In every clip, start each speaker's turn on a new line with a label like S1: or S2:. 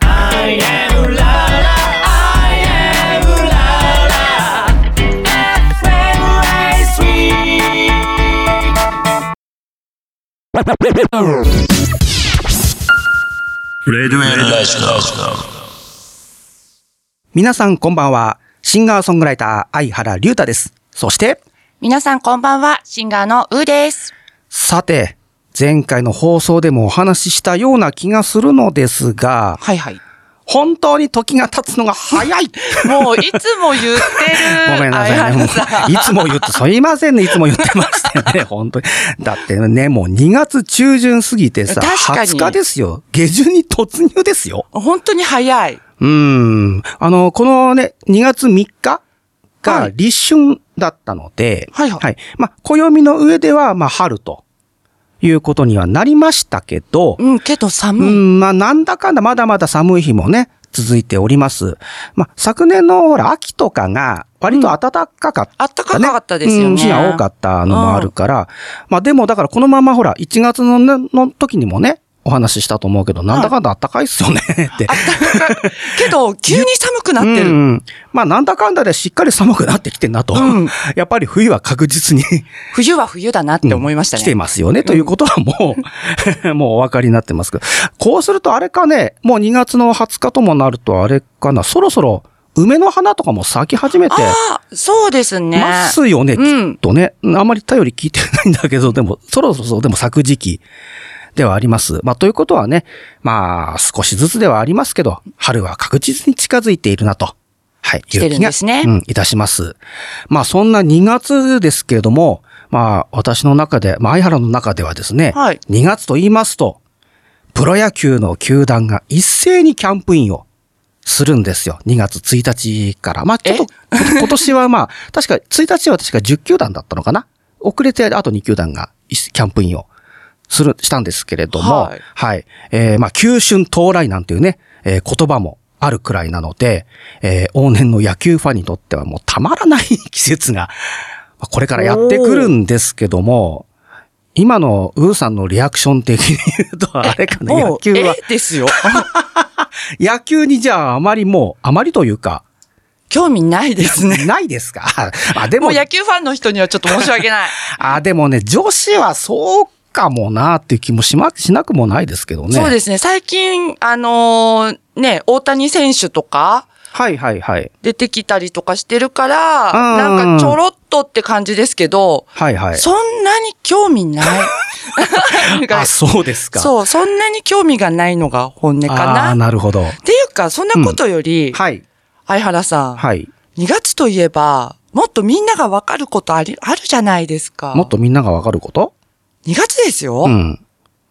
S1: I am la la, I am la la. FM Ice Week.
S2: 皆さんこんばんは。シンガーソングライター、相原龍太です。そして、
S3: 皆さんこんばんは、シンガーのうーです。
S2: さて、前回の放送でもお話ししたような気がするのですが、
S3: はいはい。
S2: 本当に時が経つのが早 い。
S3: もういつも言ってる
S2: ごめんなさいね。も
S3: 相
S2: う
S3: 原さん
S2: いつも言って、すいませんね。いつも言ってました ね。本当に。だってね、もう2月中旬過ぎてさ、
S3: 確かに
S2: 20日ですよ。下旬に突入ですよ。
S3: 本当に早い。
S2: うーん。あの、このね、2月3日
S3: は
S2: が
S3: い
S2: 立春だったので、
S3: はいはい
S2: まあ、暦の上では、まあ、春ということにはなりましたけど、
S3: うん、けど
S2: う
S3: 寒い。
S2: ん、まあ、なんだかんだまだまだ寒い日もね、続いております。まあ、昨年のほら、秋とかが、割と暖かかった、ね
S3: うん暖かかったですよね
S2: うん日が多かったのもあるから、まあ、でもだからこのままほら、1月の,、ね、の時にもね、お話ししたと思うけど、なんだかんだ暖かいっすよね、 って
S3: あ。った かい。けど、急に寒くなって
S2: う
S3: る。
S2: ん。まあ、なんだかんだでしっかり寒くなってきてんなと。
S3: うん
S2: やっぱり冬は確実に来
S3: 冬は冬だなって思いました
S2: て
S3: ね。
S2: ますよね。ということはもう、 もうお分かりになってますけど。こうするとあれかね、もう2月の20日ともなるとあれかな、そろそろ梅の花とかも咲き始めて
S3: ああ、そうですね。
S2: ますよね、き
S3: うん
S2: っとね。あんまり頼り聞いてないんだけど、でも、そろそろでも咲く時期。ではあります。まあ、ということはね、まあ、少しずつではありますけど、春は確実に近づいているなと。はい。
S3: 来てるんです
S2: い
S3: ね
S2: う気がうん、いたします。まあ、そんな2月ですけれども、まあ、私の中で、まあ、相原の中ではですね、
S3: はい
S2: 2月と言いますと、プロ野球の球団が一斉にキャンプインをするんですよ。2月1日から。まあ、ちょっと、 今年はまあ、確か、1日は確か10球団だったのかな遅れて、あと2球団がいキャンプインをする、したんですけれども、は
S3: はいい。
S2: えーまあ、急春到来なんていうね、えー言葉もあるくらいなので、えー往年の野球ファンにとってはもうたまらない季節が、まあこれからやってくるんですけども、今のウーさんのリアクション的に言うと、あれかな、
S3: も
S2: 野
S3: う、
S2: 球は
S3: え。ですよ。
S2: 野球にじゃああまりもう、あまりというか、
S3: 興味ないですね。
S2: ないですかあ、 で
S3: も
S2: も
S3: う、野球ファンの人にはちょっと申し訳ない。
S2: あ、でもね、女子はそうかもなっていう気もしま、しなくもないですけどね。
S3: そう
S2: す。
S3: ですね。最近、あのーね、大谷選手とか、
S2: はいはいはい。
S3: 出てきたりとかしてるから、
S2: うん
S3: なんかちょろっとって感じですけど、
S2: はいはい。
S3: そんなに興 味ない。なんか
S2: あ、そうですか。
S3: そう、そんなに興味がないのが本音か
S2: あ
S3: な。
S2: あ、
S3: っ
S2: なるほど。
S3: ていうか、そんなことより、
S2: はい。
S3: 相原さん、
S2: はい。
S3: 2月といえば、もっとみんながわかることあり、あるじゃないですか。
S2: もっとみんながわかること
S3: 2月ですよ。
S2: うん。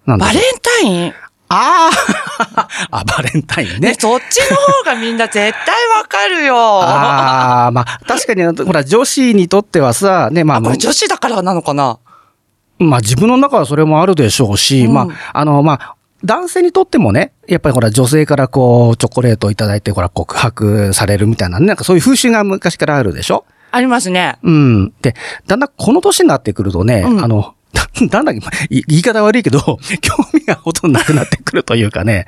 S2: なんだ
S3: バレンタイン。
S2: ああ あ、バレンタイン
S3: ね、
S2: ね。
S3: そっちの方がみんな絶対わかるよ。
S2: ああ、まあ、確かに、ほら、女子にとってはさ、ね、まあ、
S3: これ女子だからなのかな
S2: まあ自分の中はそれもあるでしょうし、
S3: うん
S2: まあ、あの、まあ、男性にとってもね、やっぱりほら女性からこう、チョコレートをいただいて、ほら告白されるみたいなね、なんかそういう風習が昔からあるでしょ
S3: ありますね。
S2: うん。で、だんだんこの年になってくるとね、
S3: うん
S2: あの、 だだんだん、い言い方悪いけど、 興味がほとんどなくなってくるというかね、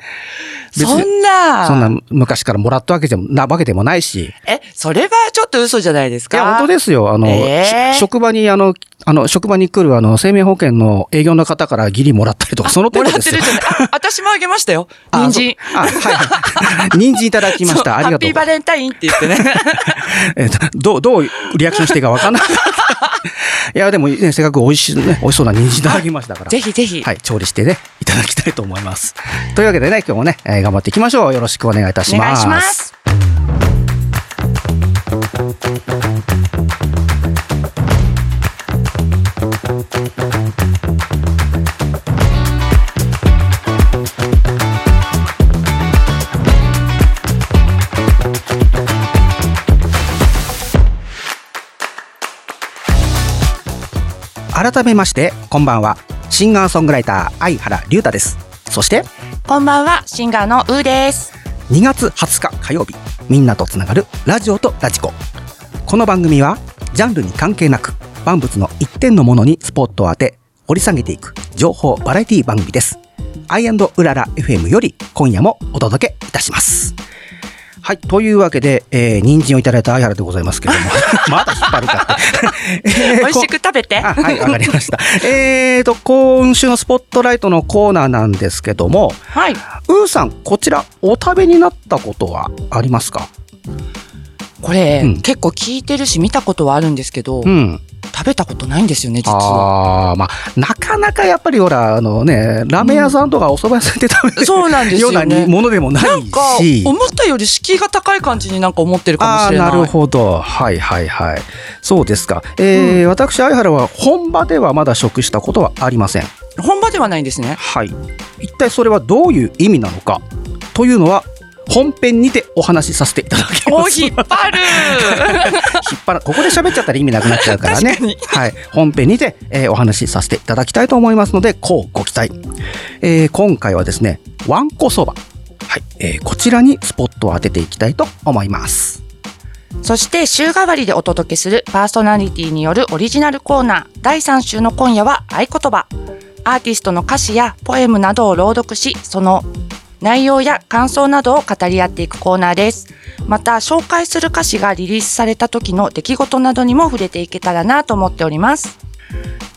S2: 別
S3: そ
S2: に、
S3: んな。
S2: そんな昔からもらったわけでも、なわけでもないし、
S3: え、それはちょっと嘘じゃないです
S2: い
S3: か
S2: や、本当
S3: す。
S2: ですよ。あの、
S3: えー
S2: し職場に、あの、あの、職場に来る、あの、生命保険の営業の方からギリもらったりとか、その
S3: も
S2: 程
S3: ら
S2: 度
S3: っ
S2: で
S3: て
S2: す
S3: る
S2: よ
S3: じ。ゃない。 あ、私もあげましたよ。
S2: あ
S3: 人参。
S2: そうあ、はいはい。 人参いただきました。
S3: そう
S2: ありがと
S3: ハッピ
S2: う
S3: ー。バレンタインって言ってね。
S2: えっと、どう、どうリアクションしていいかわかんない。 いや、でも、ね、せっかく美味しい、ね、美味しそうな人参いただきましたから。
S3: ぜひぜひ。
S2: はい、調理してね、いただきたいと思います。というわけでね、今日もね、えー頑張っていきましょう。よろしくお願いいたし
S3: お
S2: ます。
S3: 願いしま。す。
S2: 改めまして、こんばんは。シンガーソングライター、相原龍太です。そして、
S3: こんばんは、シンガーのうーです。
S2: 2月20日火曜日みんなとつながるラジオとラジコこの番組はジャンルに関係なく万物の一点のものにスポットを当て掘り下げていく情報バラエティ番組です I& うらら FM より今夜もお届けいたします。はい。というわけで、えー、人参をいただいた相原でございますけれども、まだ引っ張るかって。 えー
S3: 美味しく食べて。
S2: あはい、わかりました。えーと、今週のスポットライトのコーナーなんですけども、
S3: はい。
S2: うーさん、こちら、お食べになったことはありますか
S3: これ、
S2: うん
S3: 結構聞いてるし見たことはあるんですけど、
S2: うん。
S3: 食べたことないんですよね、実は。
S2: ああ、まあ、なかなかやっぱりほら、あのね、ラーメン屋さんとかお蕎麦屋さんで食べる、
S3: そうなんです
S2: よ
S3: よ
S2: うな
S3: ね。
S2: ものでもない
S3: なんか
S2: し。
S3: 思ったより敷居が高い感じになんか思ってるか
S2: あ
S3: も
S2: あ
S3: し
S2: ー、
S3: れない。
S2: なるほど。はいはいはい。そうですか。えー私、相原は本場ではまだ食したことはありません。
S3: 本場ではないんですね。
S2: はい。一体それはどういう意味なのかというのは、本編にてお話しさせていただき
S3: お
S2: ます。
S3: 引っ張
S2: 引っ
S3: る
S2: 張らここで喋っちゃったら意味なくなっちゃうからね
S3: 確かに
S2: はい、本編にて、えーお話しさせていただきたいと思いますのでこうご期待、えー今回はですねわんこそば、はいえーこちらにスポットを当てていきたいと思います
S3: そして週替わりでお届けするパーソナリティによるオリジナルコーナー第3週の今夜は合言葉アーティストの歌詞やポエムなどを朗読しその内容や感想などを語り合っていくコーナーですまた紹介する歌詞がリリースされた時の出来事などにも触れていけたらなと思っております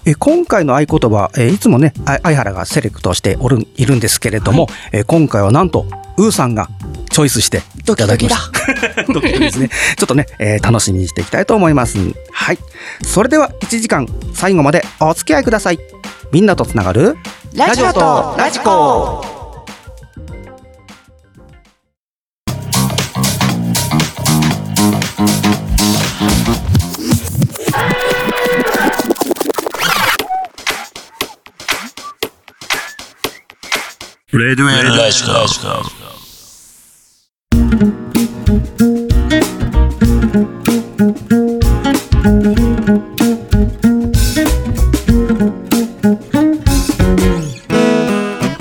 S2: えー今回の合言葉、えーいつもねあ相原がセレクトしておるいるんですけれども、えー今回はなんとうーさんがチョイスしてい
S3: ドキ
S2: た
S3: ド
S2: だき
S3: キ
S2: ま
S3: だ
S2: したドキドキです ね。ちょっとね、えー楽しみにしていきたいと思います。はい。それでは1時間最後までお付き合いください。みんなとつながる
S3: ラジオとラジコ
S4: レディオエラジカ。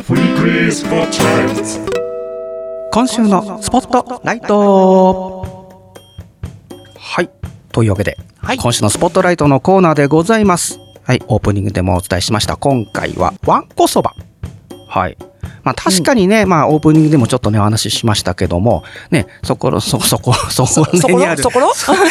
S5: Weekly Spotlight.
S2: 今週のスポットライト。はい。というわけで、
S3: はい
S2: 今週のスポットライトのコーナーでございます。はい。オープニングでもお伝えしました。今回はわんこそば。はい。まあ確かにね、まあオープニングでもちょっとね、お話ししましたけども、ね、そこ、そ、そこ、そこら
S3: そ
S2: 辺
S3: こ
S2: にあ
S3: ろ
S2: る
S3: そころ
S2: そね、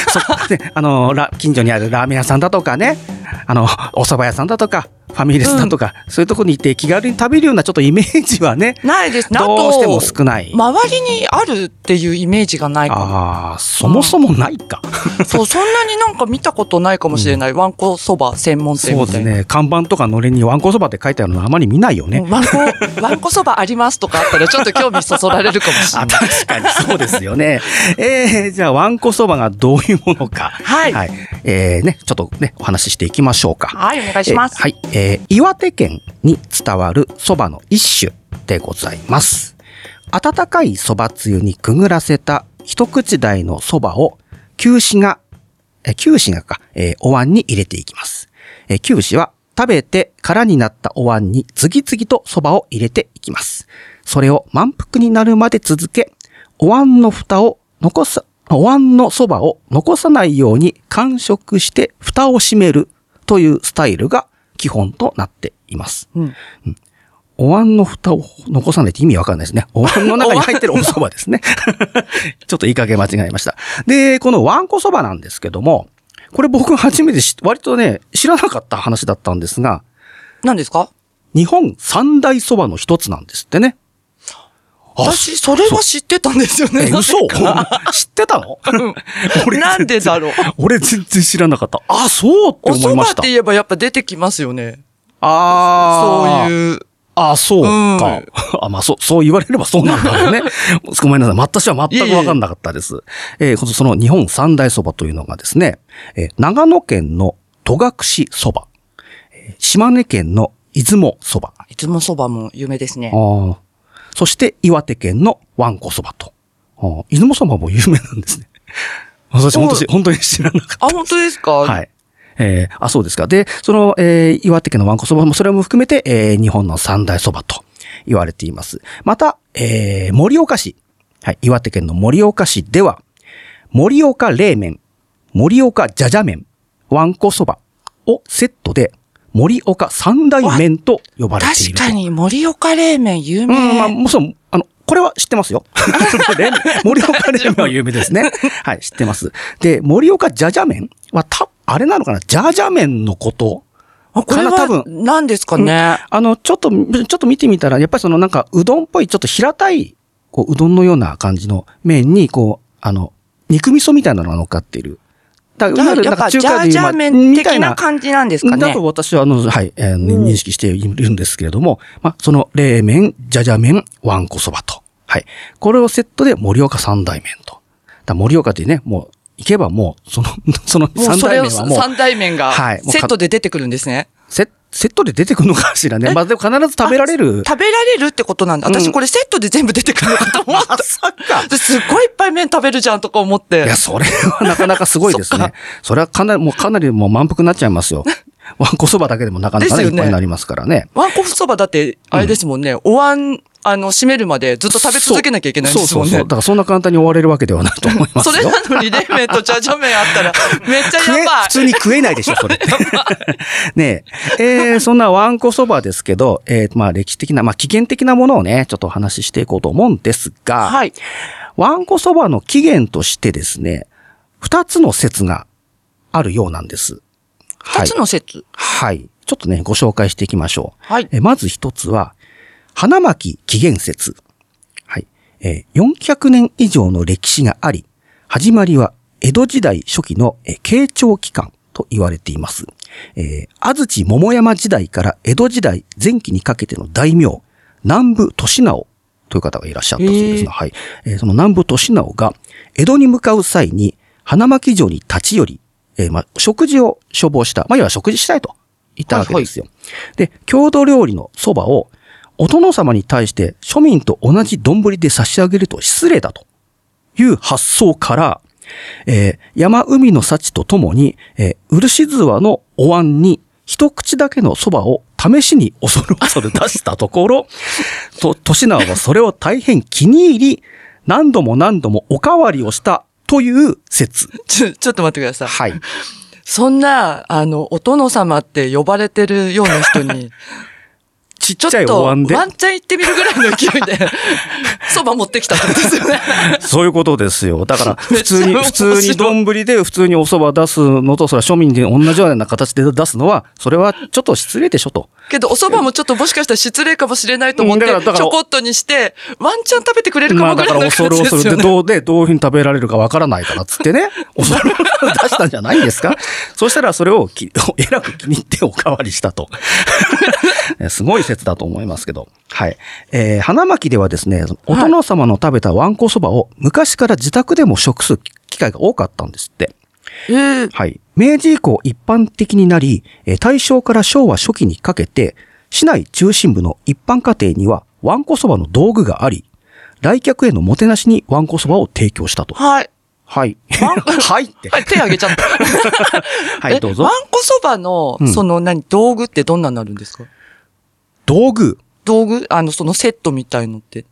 S2: あのラ近所にあるラーメン屋さんだとかねあのお蕎麦屋さんだとかファミレスだとか、そういうとこに行って気軽に食べるようなちょっとイメージはね
S3: ないですなんと
S2: どうしても少ない。
S3: 周りにあるっていうイメージがないかも
S2: あーそもそもないか、
S3: そう、そんなになんか見たことないかもしれない。わんこそば専門
S2: そ
S3: 店
S2: う
S3: み
S2: で
S3: た
S2: す
S3: いな。
S2: ね看板とかのれんにわんこそばって書いてあるのあまり見ないよね、
S3: わん こ、わんこそばありますとかあったらちょっと興味そそられるかもしれ
S2: あ
S3: ない。
S2: 確かにそうですよね。えー、じゃあ、わんこそばがどういうものか。
S3: はい
S2: えーね、ちょっとね、お話ししていきましょうか。
S3: はい、お願いしま
S2: え
S3: す。
S2: ーはい、えー岩手県に伝わる蕎麦の一種でございます。温かい蕎麦つゆにくぐらせた一口大の蕎麦を、旧紙が、えー旧紙がか、えーお椀に入れていきます。えー旧紙は食べて空になったお椀に次々と蕎麦を入れていきます。それを満腹になるまで続け、お椀の蓋を残さ、お椀のそばを残さないように完食して蓋を閉めるというスタイルが基本となっています。
S3: うん
S2: お椀の蓋を残さないって意味わかんないですね。お椀の中に入ってるお蕎麦です ね。 ちょっと言いかけ間違えました。で、このわんこ蕎麦なんですけども、これ僕初めて知割とね、知らなかった話だったんですが、
S3: 何ですか
S2: 日本三大蕎麦の一つなんですってね。あ
S3: 私、それは知ってたんですよ
S2: え、
S3: ね。
S2: 嘘
S3: なぜか
S2: 知ってたの俺
S3: なんでだろう。
S2: 俺全然知らなかった。あ、そうって
S3: お
S2: 思
S3: 蕎
S2: いま
S3: 麦
S2: し
S3: ったて。言えばやっぱ出てきますよね。
S2: あ
S3: そう
S2: う。
S3: いう。
S2: あ、そう
S3: う
S2: か
S3: ん。
S2: あ、まあ、そう、そう言われればそうなんだろう ね。ごめんなさい。私は全く分かんなかったです。えーこのその日本三大蕎麦というのがですね、えー長野県の戸隠蕎麦、えー島根県の出雲蕎麦、
S3: いつもそばも有名ですね。
S2: ああ。そして岩手県のわんこそばと。ああ出雲そばも有名なんですね。私本当に、本当に知らなかっ
S3: あ、本当ですか
S2: た。はい。えーあ、そうですか。で、その、えー岩手県のわんこそばもそれも含めて、えー日本の三大そばと言われています。また、えー盛岡市。はい。岩手県の盛岡市では、盛岡冷麺、盛岡じゃじゃ麺、わんこそばをセットで、盛岡三大麺と呼ばれてい
S3: 確
S2: ると。
S3: かに盛岡冷麺有名。
S2: うん、まあ、もちろん、あの、これは知ってます よ。レン盛岡冷麺は有名ですね。はい、知ってます。で、盛岡じゃじゃ麺は、た、あれなのかなじゃじゃ麺のこと
S3: あこ
S2: か
S3: れ
S2: な多
S3: は
S2: 分
S3: 何ですかね。
S2: あの、ちょっと、ちょっと見てみたら、やっぱりそのなんか、うどんっぽい、ちょっと平たい、こう、うどんのような感じの麺に、こう、あの、肉味噌みたいなのが乗っかっている。だ
S3: じゃあやっぱジャージャー麺的な感じなんですか
S2: だ
S3: ね
S2: と。私は、あの、はい、えー認識しているんですけれども、まあ、その、冷麺、じゃじゃ麺、わんこそばと。はい。これをセットで盛岡三大麺と。だ盛岡ってね、もう、行けばもう、その、 その
S3: もう
S2: 三
S3: そ
S2: 大
S3: れを
S2: 麺はもう、
S3: 三大麺が
S2: はいもうか
S3: セットで出てくるんですね。
S2: セセットで出てくるのかしらね。まあ、でも必ず食べられる。
S3: 食べられるってことなんだ。
S2: うん
S3: 私これセットで全部出てくるのかと 思った。すっごいいっぱい麺食べるじゃんとか思って
S2: いや、。それはなかなかすごいです
S3: そっ
S2: ね。それはかなり、もうかなりもう満腹になっちゃいます よ。わんこそばだけでもなかなか
S3: です
S2: ね、い
S3: よ
S2: っ
S3: ね
S2: ぱいになりますからね。
S3: ワンコそばだって、あれですもんね、お椀、あの、閉めるまでずっと食べ続けなきゃいけないんです
S2: そう
S3: もん
S2: そうそう
S3: ね
S2: だ。からそんな簡単に終われるわけではないと思います
S3: そ
S2: よ。
S3: れなのに冷麺とジャージャー麺あっ たら、めっちゃ
S2: 食え
S3: やば
S2: 普通に食えないでしょ、 それって。 ねえ。えーそんなわんこそばですけど、えーまあ歴史的な、まあ起源的なものをね、ちょっとお話ししていこうと思うんですが、
S3: い。はい。
S2: わんこそばの起源としてですね、二つの説があるようなんです。
S3: 二つの説。
S2: はい。ちょっとね、ご紹介していきましょう。
S3: はい
S2: えまず一つは、花巻起源説。はい。えー400年以上の歴史があり、始まりは江戸時代初期の、えー慶長期間と言われています。えー安土桃山時代から江戸時代前期にかけての大名、南部利直という方がいらっしゃったそうですが、はい。えーその南部利直が、江戸に向かう際に、花巻城に立ち寄り、えーまあ、食事を処方した。まあ、要は食事したいと言ったわけですよ。で、郷土料理のそばを、お殿様に対して庶民と同じ丼で差し上げると失礼だという発想から、えー山海の幸とともに、えー、漆沢のお椀に一口だけの蕎麦を試しに恐る恐る出したところ、と、 としなはそれを大変気に入り、何度も何度もおかわりをしたという説。
S3: ちょ、ちょっと待ってください。
S2: はい。
S3: そんな、あの、お殿様って呼ばれてるような人に、
S2: ちっ
S3: ちょっ
S2: ちゃい
S3: と、
S2: お
S3: ワ
S2: 椀
S3: ンチ
S2: で。
S3: ャン行ってみるぐらいの勢いで、 そば持ってきたってことですよね。
S2: そういうことですよ。だから、
S3: め
S2: 普
S3: っちゃ
S2: 通に、
S3: 面白い
S2: 普通に丼で普通にお蕎麦出すのと、それは庶民で同じような形で出すのは、それはちょっと失礼でしょと。
S3: けど、お蕎麦もちょっともしかしたら失礼かもしれないと思って、
S2: うんだからだ
S3: ち
S2: から
S3: ょこっとにして、ワンチャン食べてくれるか
S2: ま
S3: も
S2: あ
S3: ぐ
S2: だ
S3: ら
S2: か
S3: い
S2: ら
S3: の感
S2: 恐
S3: じ
S2: る
S3: で
S2: 恐
S3: すよ
S2: るで、
S3: ね。
S2: どうで、どういうふうに食べられるかわからないから、つって ね、恐る恐る出したんじゃないんですかそしたらそれをき、えらく気に入っておかわりした と。ねすごい説だと思いますけど。はい。えー、花巻ではですね、お殿様の食べたわんこそばを昔から自宅でも食す機会が多かったんですって。
S3: えー
S2: はい。明治以降一般的になり、えー大正から昭和初期にかけて、市内中心部の一般家庭にはわんこそばの道具があり、来客へのもてなしにわんこそばを提供したと。
S3: はい。
S2: はい。はい って。
S3: はい、手あげちゃった。
S2: は
S3: え
S2: い、どうぞ
S3: わ。んこそばの
S2: うん、
S3: その何、道具ってどんなになるんですか
S2: 道具。
S3: 道具あの、そのセットみたいのって。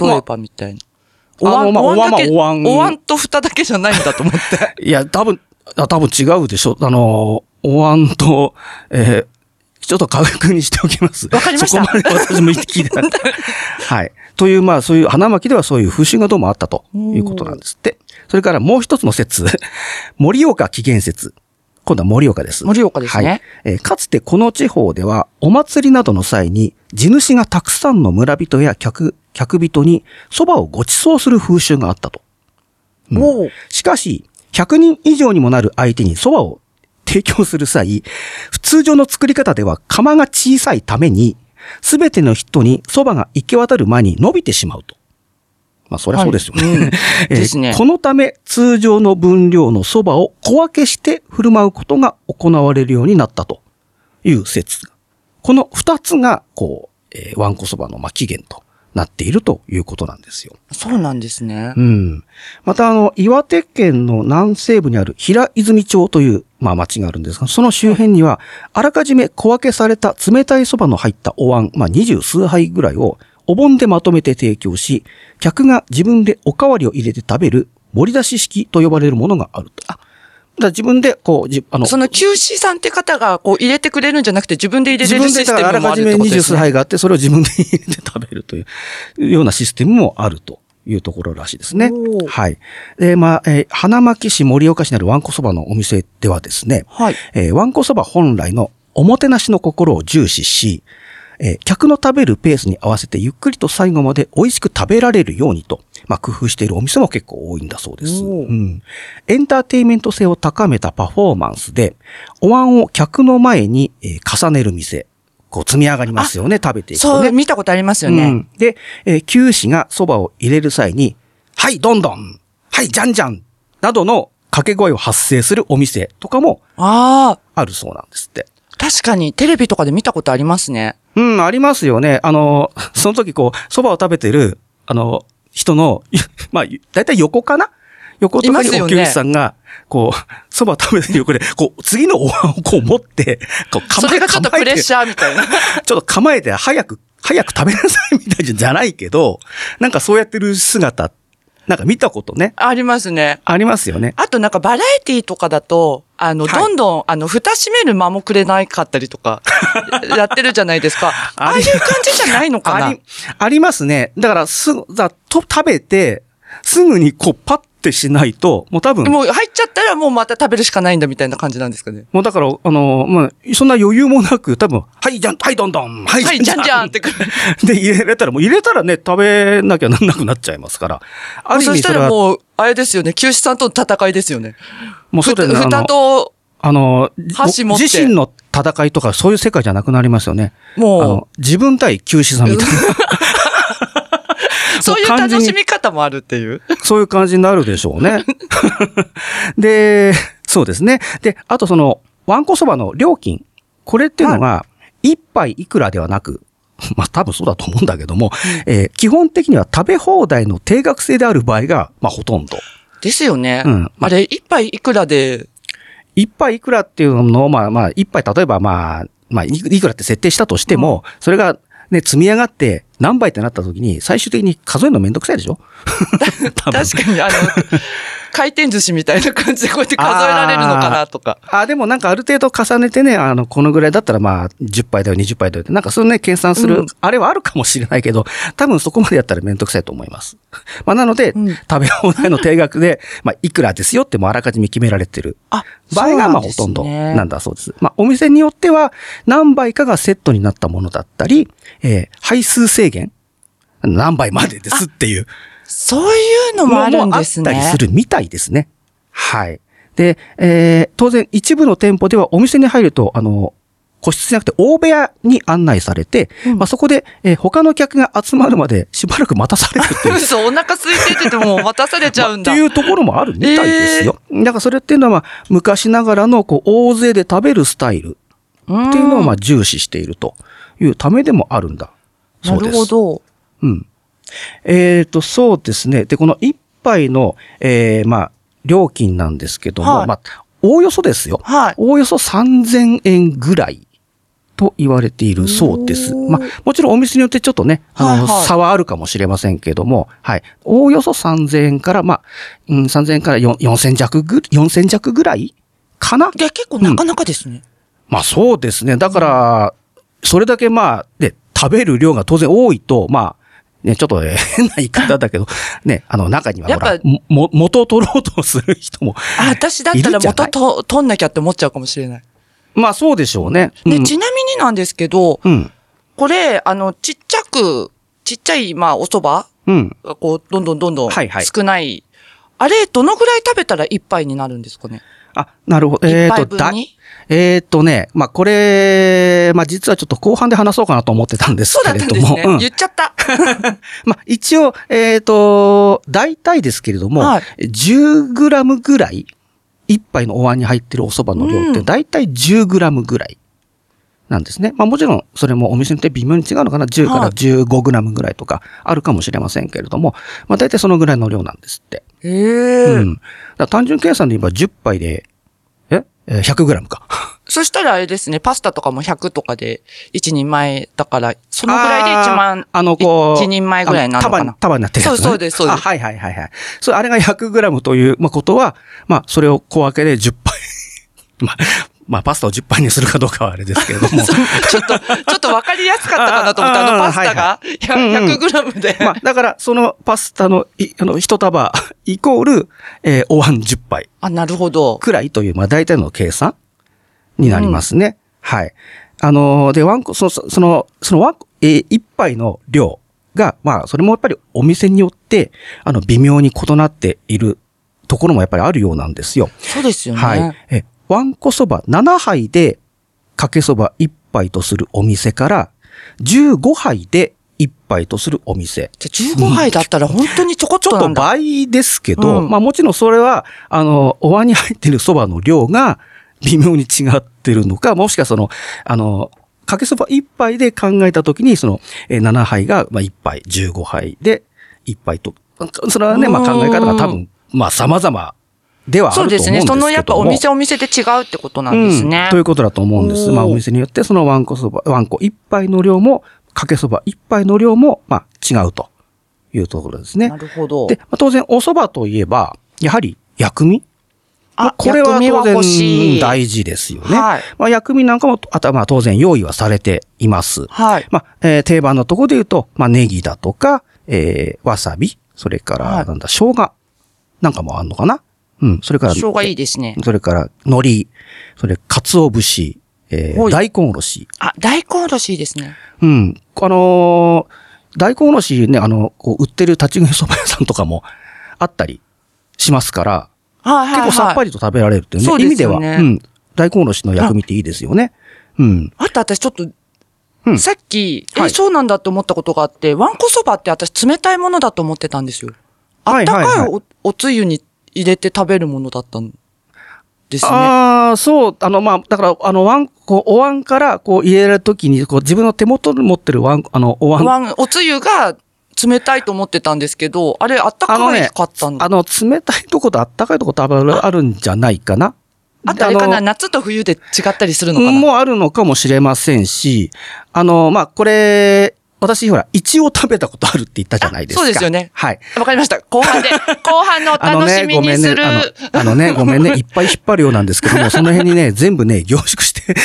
S3: 例えばみたいな。お
S2: まあ
S3: 椀
S2: まあ
S3: お椀だけ
S2: お椀
S3: お椀と蓋だけじゃないんだと思って。
S2: いや、多分、あ多分違うでしょ。あのー、お椀と、えーちょっと科学にしておきます。
S3: わかりました
S2: そこまで私も聞いてない。はい。という、まあ、そういう、花巻ではそういう風習がどうもあったということなんですって。それからもう一つの説。 盛岡起源説。今度は盛岡です。
S3: 盛岡ですね
S2: はいえーかつてこの地方では、お祭りなどの際に、地主がたくさんの村人や客、客人に蕎麦をご馳走する風習があったと。うん
S3: おう
S2: しかし、100人以上にもなる相手に蕎麦を提供する際、普通常の作り方では釜が小さいために、すべての人に蕎麦が行き渡る前に伸びてしまうと。まあ、そりゃそうですよね。
S3: はいう ん
S2: えー
S3: ですね
S2: このため、通常の分量の蕎麦を小分けして振る舞うことが行われるようになったという説。この二つが、こう、えー、わんこ蕎麦のまあ起源となっているということなんですよ。
S3: そうなんですね
S2: う。ん。また、あの、岩手県の南西部にある平泉町という、まあ、町があるんですが、その周辺には、あらかじめ小分けされた冷たいそばの入ったお椀、まあ、二十数杯ぐらいを、お盆でまとめて提供し、客が自分でおかわりを入れて食べる、盛り出し式と呼ばれるものがあると。ら自分で、こう、じあの、
S3: その休止さんって方がこう入れてくれるんじゃなくて自分で入れ
S2: 自
S3: れる
S2: 分でだ
S3: シス
S2: か
S3: テ
S2: らあら
S3: ムも
S2: か
S3: あ
S2: じ
S3: るっ
S2: め
S3: てこと
S2: 二
S3: で
S2: 十
S3: す
S2: 数
S3: ね。
S2: 杯があって、それを自分で入れて食べるというようなシステムもあるというところらしいですね
S3: おー。
S2: はい。で、まあ、えー花巻市盛岡市にあるわんこそばのお店ではですね、
S3: はい。
S2: えーわんこそば本来のおもてなしの心を重視し、えー客の食べるペースに合わせてゆっくりと最後まで美味しく食べられるようにと、まあ、工夫しているお店も結構多いんだそうです、
S3: おー
S2: うん。エンターテインメント性を高めたパフォーマンスで、お椀を客の前に、えー重ねる店。こう積み上がりますよね、食べていくと
S3: そ
S2: ね。
S3: う、見たことありますよ
S2: う
S3: ね。
S2: んで、えー、九死がそばを入れる際に、はい、どんどんはい、じゃんじゃんなどの掛け声を発生するお店とかも
S3: あ
S2: あるそうなんですって。
S3: あ、確かにテレビとかで見たことありますね。
S2: うん、ありますよね。あの、その時こう、蕎麦を食べてる、あの、人の、 いまあ、だいたい横かな横とか
S3: います
S2: に
S3: よ
S2: お
S3: ね
S2: 給仕さんが、こう、蕎麦を食べてる横で、こう、次のお椀をこう持って、こう、
S3: そ
S2: 構え
S3: れがちょっとプレッシャーみたいな。
S2: ー。ちょっと構えて、早く、早く食べなさいみたいじゃないけど、なんかそうやってる姿、なんか見たことね、
S3: ありますね。
S2: ありますよね。
S3: あとなんかバラエティとかだと、あの、
S2: はい
S3: どんどん、あの、蓋閉める間もくれなかったり とか、やってるじゃないですか。ああいう感じじゃないのか
S2: あ
S3: な
S2: り。、ありますね。だから、すぐ、だと、食べて、すぐにこう、パッてしないと、もう多分、
S3: もう入っちゃったらもうまた食べるしかないんだみたいな感じなんですかね。
S2: もうだから、あの、まあ、そんな余裕もなく、多分、はい、じゃん、はい、どんどん、はい、
S3: はい、じゃんじゃんってくる。
S2: で、入れれたら、もう入れたらね、食べなきゃなんなくなっちゃいますから。ある意
S3: そ
S2: 味
S3: し
S2: そ
S3: た
S2: れ
S3: ら
S2: は、も
S3: もう、あれですよね、九死さんとの戦いですよね。
S2: うそれ
S3: ふ
S2: で、
S3: た
S2: あ
S3: 蓋
S2: の、
S3: と、
S2: あの、
S3: 箸持って
S2: 自身の戦いとか、そういう世界じゃなくなりますよね。あ
S3: も
S2: の、自分対九死さんみたいな、
S3: う、そういう
S2: もう完全
S3: 楽
S2: に
S3: しみ方もあるっていう。
S2: そういう感じになるでしょう ね。で、そうですね。で、あとその、わんこそばの料金。これっていうのが、一杯いくらではなく、 まあ多分そうだと思うんだけども、えー基本的には食べ放題の定額制である場合が、まあほとんど。
S3: ですよね。
S2: うん
S3: あれ、一杯いくらで、
S2: 一杯いくらっていうのを、まあまあ、一杯例えばまあ、まあいくいくらって設定したとしても、それがね、積み上がって何杯ってなった時に、最終的に数えるのめんどくさいで しょ多分
S3: 確 かにあの、回転寿司みたいな感じでこうやって 数えられるのかなとか。
S2: あ、でもなんかある程度重ねてね、あの、このぐらいだったらまあ、10杯だよ、20杯だよって、なんかそのね、計算する、
S3: うん
S2: あれはあるかもしれないけど、多分そこまでやったらめんどくさいと思います。 まあ、なので、
S3: うん
S2: 食べ放題の定額 で、まあ、いくらですよってもうあらかじめ決められてる
S3: あ
S2: 場合が、まあ、ほとんどなんだそうです。まあ、お店によっては、何杯かがセットになったものだったり、えー、配数制限何杯までですっていう。
S3: そういうのもあるんです
S2: もうあった
S3: ね
S2: りす。るみたいですね。はい。で、えー当然一部の店舗ではお店に入ると、あの、個室じゃなくて大部屋に案内されて、まあ、そこで、えー他の客が集まるまで しばらく待たされるって いう。
S3: 嘘、お腹空いてててもう待たされちゃうんだ。
S2: っていうところもあるみたいですよ。だからそれっていうのは、まあ、昔ながらの、こう、大勢で食べるスタイルっていうのを、まあ、重視しているというためでもあるんだ。
S3: な
S2: そうです。
S3: るほど。
S2: うん。えっ、と、そうですね。で、この一杯の、えーまあ、料金なんですけども、
S3: はい
S2: まあ、おおよそですよ。
S3: はい
S2: おおよそ3000円ぐらいと言われているそうです。
S3: おー
S2: まあ、もちろんお店によってちょっとね、あの、
S3: はいはい
S2: 差はあるかもしれませんけども、はい。おおよそ3000円から、まあ、うん、3000円からよん4000弱ぐ、4000弱ぐらいかない
S3: や、結構なかなかですね。
S2: まあそうですね。だから、それだけまあ、で、食べる量が当然多いと、まあ、ね、ちょっとえー変な言い方だけど、 ね、あの中にはほ
S3: や
S2: ら
S3: っぱ、
S2: も、も元を取ろうとする人も。
S3: あ、私だっ
S2: い
S3: た
S2: る
S3: ら
S2: んじゃな
S3: 元
S2: い
S3: と取んなきゃって思っちゃうかもしれない。
S2: まあそうでしょうね。う
S3: で、
S2: ん。
S3: ちなみになんですけど、
S2: うん。
S3: これ、あの、ちっちゃく、ちっちゃい、まあ、お蕎麦
S2: うん。
S3: がこう、どんどんどんどん
S2: はいはい
S3: 少ない。あれ、どのぐらい食べたら一杯になるんですかね
S2: あ、なるほど。
S3: 一
S2: えっ、
S3: 杯
S2: と、
S3: 分
S2: だ、
S3: に
S2: えっ、とね、まあこれ、まあ実はちょっと後半で話そうかなと思ってたんです
S3: そうだ
S2: け
S3: っ
S2: れ
S3: た
S2: ど
S3: んです
S2: も、
S3: ね。
S2: うん
S3: 言っちゃった。
S2: まあ一応、えっ、と、大体ですけれども、
S3: はい
S2: 10グラムぐらい、一杯のお椀に入ってるお蕎麦の量っ
S3: う
S2: て
S3: ん
S2: 大体10グラムぐらいなんですね。まあもちろんそれもお店によって微妙に違うのかな、10か
S3: はい
S2: ら15グラムぐらいとかあるかもしれませんけれども、まあ大体そのぐらいの量なんですって。
S3: へ
S2: う
S3: え。
S2: ん。だから単純計算で言えば10杯で、ええー ?100 グラムか。
S3: そしたらあれですね、パスタとかも100とかで1人前だから、そのぐらいで1万、
S2: あの、こう。
S3: 1人前ぐらいになるのか
S2: あ
S3: な
S2: の束に、束になってるやつ、ね。
S3: そうそうですそうです
S2: あはいはいはいはい。それ、あれが100グラムという、まあ、ことは、まあ、それを小分けで10杯 まあ、まあ、パスタを10杯にするかどうかはあれですけれど も。
S3: ちょっと、ちょっと分かりやすかったかなと思った。あ
S2: あ
S3: の
S2: あ
S3: パスタが
S2: はいはいうんうん
S3: 100グラムで。
S2: まあ、だから、そのパスタのい、あの、一束イコール、えーお椀10杯
S3: あ、なるほど。
S2: くらいという、まあ、大体の計算になりますね。はい。あのーで、ワンコ、その、そその、そのワンコ、えー一杯の量が、まあ、それもやっぱりお店によって、あの、微妙に異なっているところもやっぱりあるようなんですよ。
S3: そうですよね。
S2: はい。え、わんこそば7杯で、かけそば1杯とするお店から、15杯で1杯とするお店。
S3: じゃあ15杯だったら本当にちょこっ
S2: ちょ
S3: と
S2: っ
S3: な
S2: と
S3: んだ。
S2: 倍ですけど、
S3: うん
S2: まあもちろんそれは、あの、お椀に入ってるそばの量が微妙に違ってるのか、もしくはその、あの、かけそば1杯で考えたときに、その、えー7杯がまあ1杯、15杯で1杯と、それはね、まあ考え方が多分、まあ様々ではあると
S3: そ
S2: 思うん
S3: う
S2: で
S3: ですす
S2: けども。
S3: ね。そのやっぱお店お店で違うってことなんですね。
S2: うんということだと思うんです。
S3: おー
S2: まあ、お店によって、そのワンコそば、ワンコ一杯の量も、かけそば一杯の量も、まあ、違うというところですね
S3: な。るほど
S2: で、。まあ、当然、お蕎麦といえば、やはり薬味ま
S3: あ、
S2: これは
S3: 薬味
S2: 当
S3: 欲し
S2: 然
S3: い
S2: 大事ですよね。
S3: はい
S2: まあ、薬味なんかも、あとはまあ当然用意はされています。
S3: はい。
S2: まあ、えー定番のところで言うと、まあ、ネギだとか、えーわさび、それか
S3: は
S2: ら、
S3: い
S2: なんだ、生姜なんかもあんのかなうん、それから、
S3: 生姜いいですね。
S2: それから、海苔、それ、鰹節、えー
S3: はい
S2: 大根おろし。
S3: あ、大根おろしいいですね。
S2: うん。あのー大根おろしね、あの、こう、売ってる立ち食いそば屋さんとかもあったりしますから、
S3: はいはい、はい。
S2: 結構さっぱりと食べられるっていうね、
S3: そうです
S2: 意
S3: よ
S2: 味
S3: ね
S2: では、うん。大根おろしの薬味っていいですよね。うん。
S3: あと私ちょっと、
S2: うん
S3: さっき、え、
S2: はい
S3: そうなんだって思ったことがあって、わんこそばって私冷たいものだと思ってたんですよ。あ
S2: は
S3: っ
S2: い
S3: た
S2: はいはい
S3: かいおおつゆに入れて食べるものだったんですね。
S2: ああ、そう、あの、まあ、だから、あの、わん、こう、お椀から、こう、入れるときに、こう、自分の手元に持ってるわん、あの、お椀
S3: わん、おつゆが冷たいと思ってたんですけど、あれあった
S2: あの
S3: かい
S2: ね
S3: かったんだ。
S2: あ
S3: あ,、
S2: の、冷たいとことあったかいとこ多分あるんじゃないかな。
S3: とあれか
S2: の
S3: な夏と冬で違ったりするのかな、
S2: もあるのかもしれませんし、あの、まあ、これ、私、ほら、一応食べたことあるって言ったじゃないですか。
S3: あそうですよね
S2: はい。
S3: わかりました。後 半で、後半のお
S2: あの
S3: 楽し
S2: ね、
S3: み
S2: ご
S3: に
S2: めん
S3: す
S2: ね
S3: る。、
S2: あの、あの ね、ごめんね、いっぱい引っ張るようなんですけども、その辺にね、全部ね、凝縮して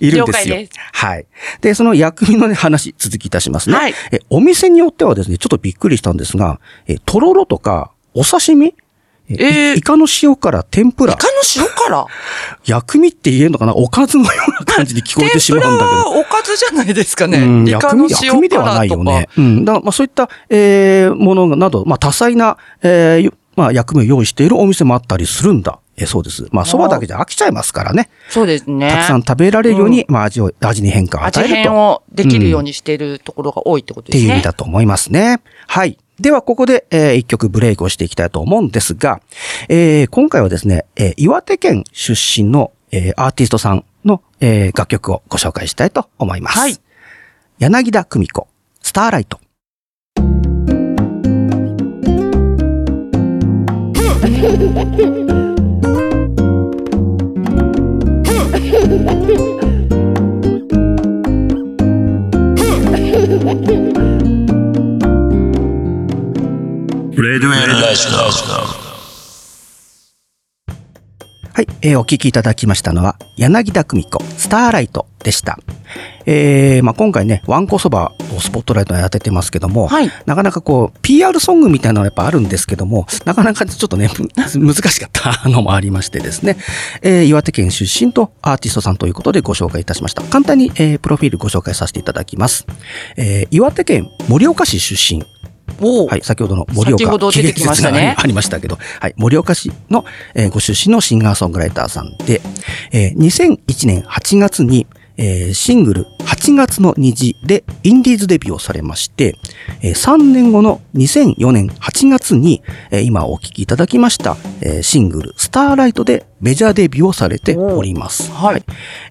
S2: いるんです
S3: 了
S2: よ。
S3: 解です
S2: はい。で、その薬味のね、話、続きいたしますね。
S3: はい
S2: え、お店によってはですね、ちょっとびっくりしたんですが、え、とろろとか、お刺身え
S3: えー
S2: イカの塩から天ぷら
S3: イ。カの塩辛
S2: 薬味って言えるのかなおかずのような感じに聞こえてしまうんだけ
S3: 天ぷら
S2: ど。
S3: はおかずじゃないですかね。
S2: うん
S3: イカの
S2: 薬味
S3: 塩
S2: 薬味ではな
S3: 辛
S2: い
S3: と
S2: よ
S3: か。
S2: ね。うん。だから、まあそういった、えーものなど、まあ多彩な、えーよまあ薬味を用意しているお店もあったりするんだ。えーそうです。まあ蕎麦だけじゃ飽きちゃいますからね。
S3: そうですね。
S2: たくさん食べられるように、まあ味を、味に変化を与
S3: 味
S2: える
S3: 変
S2: と。
S3: をできるようにしているところが多いってこと
S2: って
S3: で
S2: い
S3: す
S2: う意
S3: ね。
S2: 味だと思いますね。はい。では、ここで、えー一曲ブレイクをしていきたいと思うんですが、えー今回はですね、えー岩手県出身の、えーアーティストさんの、えー楽曲をご紹介したいと思います。
S3: はい
S2: 柳田久美子、スターライト。
S4: Red Red Let's Go
S2: はい、えーお聞きいただきましたのは、柳田久美子、スターライトでした。えーまあ、今回ね、わんこそばをスポットライトに当ててますけども、
S3: はい
S2: なかなかこう、PR ソングみたいなのはやっぱあるんですけども、なかなかちょっとね、 む難しかったのもありましてですね、えー岩手県出身とアーティストさんということでご紹介いたしました。簡単に、えープロフィールご紹介させていただきます。えー岩手県盛岡市出身、
S3: おう
S2: はい、先ほどの盛岡。
S3: 先ほど出てきました
S2: 喜
S3: ね
S2: 劇説がありましたけど、はい、盛岡市の、えーご出身のシンガーソングライターさんで、えー2001年8月に、えーシングル8月の虹でインディーズデビューをされまして、えー3年後の2004年8月に、えー今お聴きいただきました、えーシングルスターライトでメジャーデビューをされております。
S3: はい。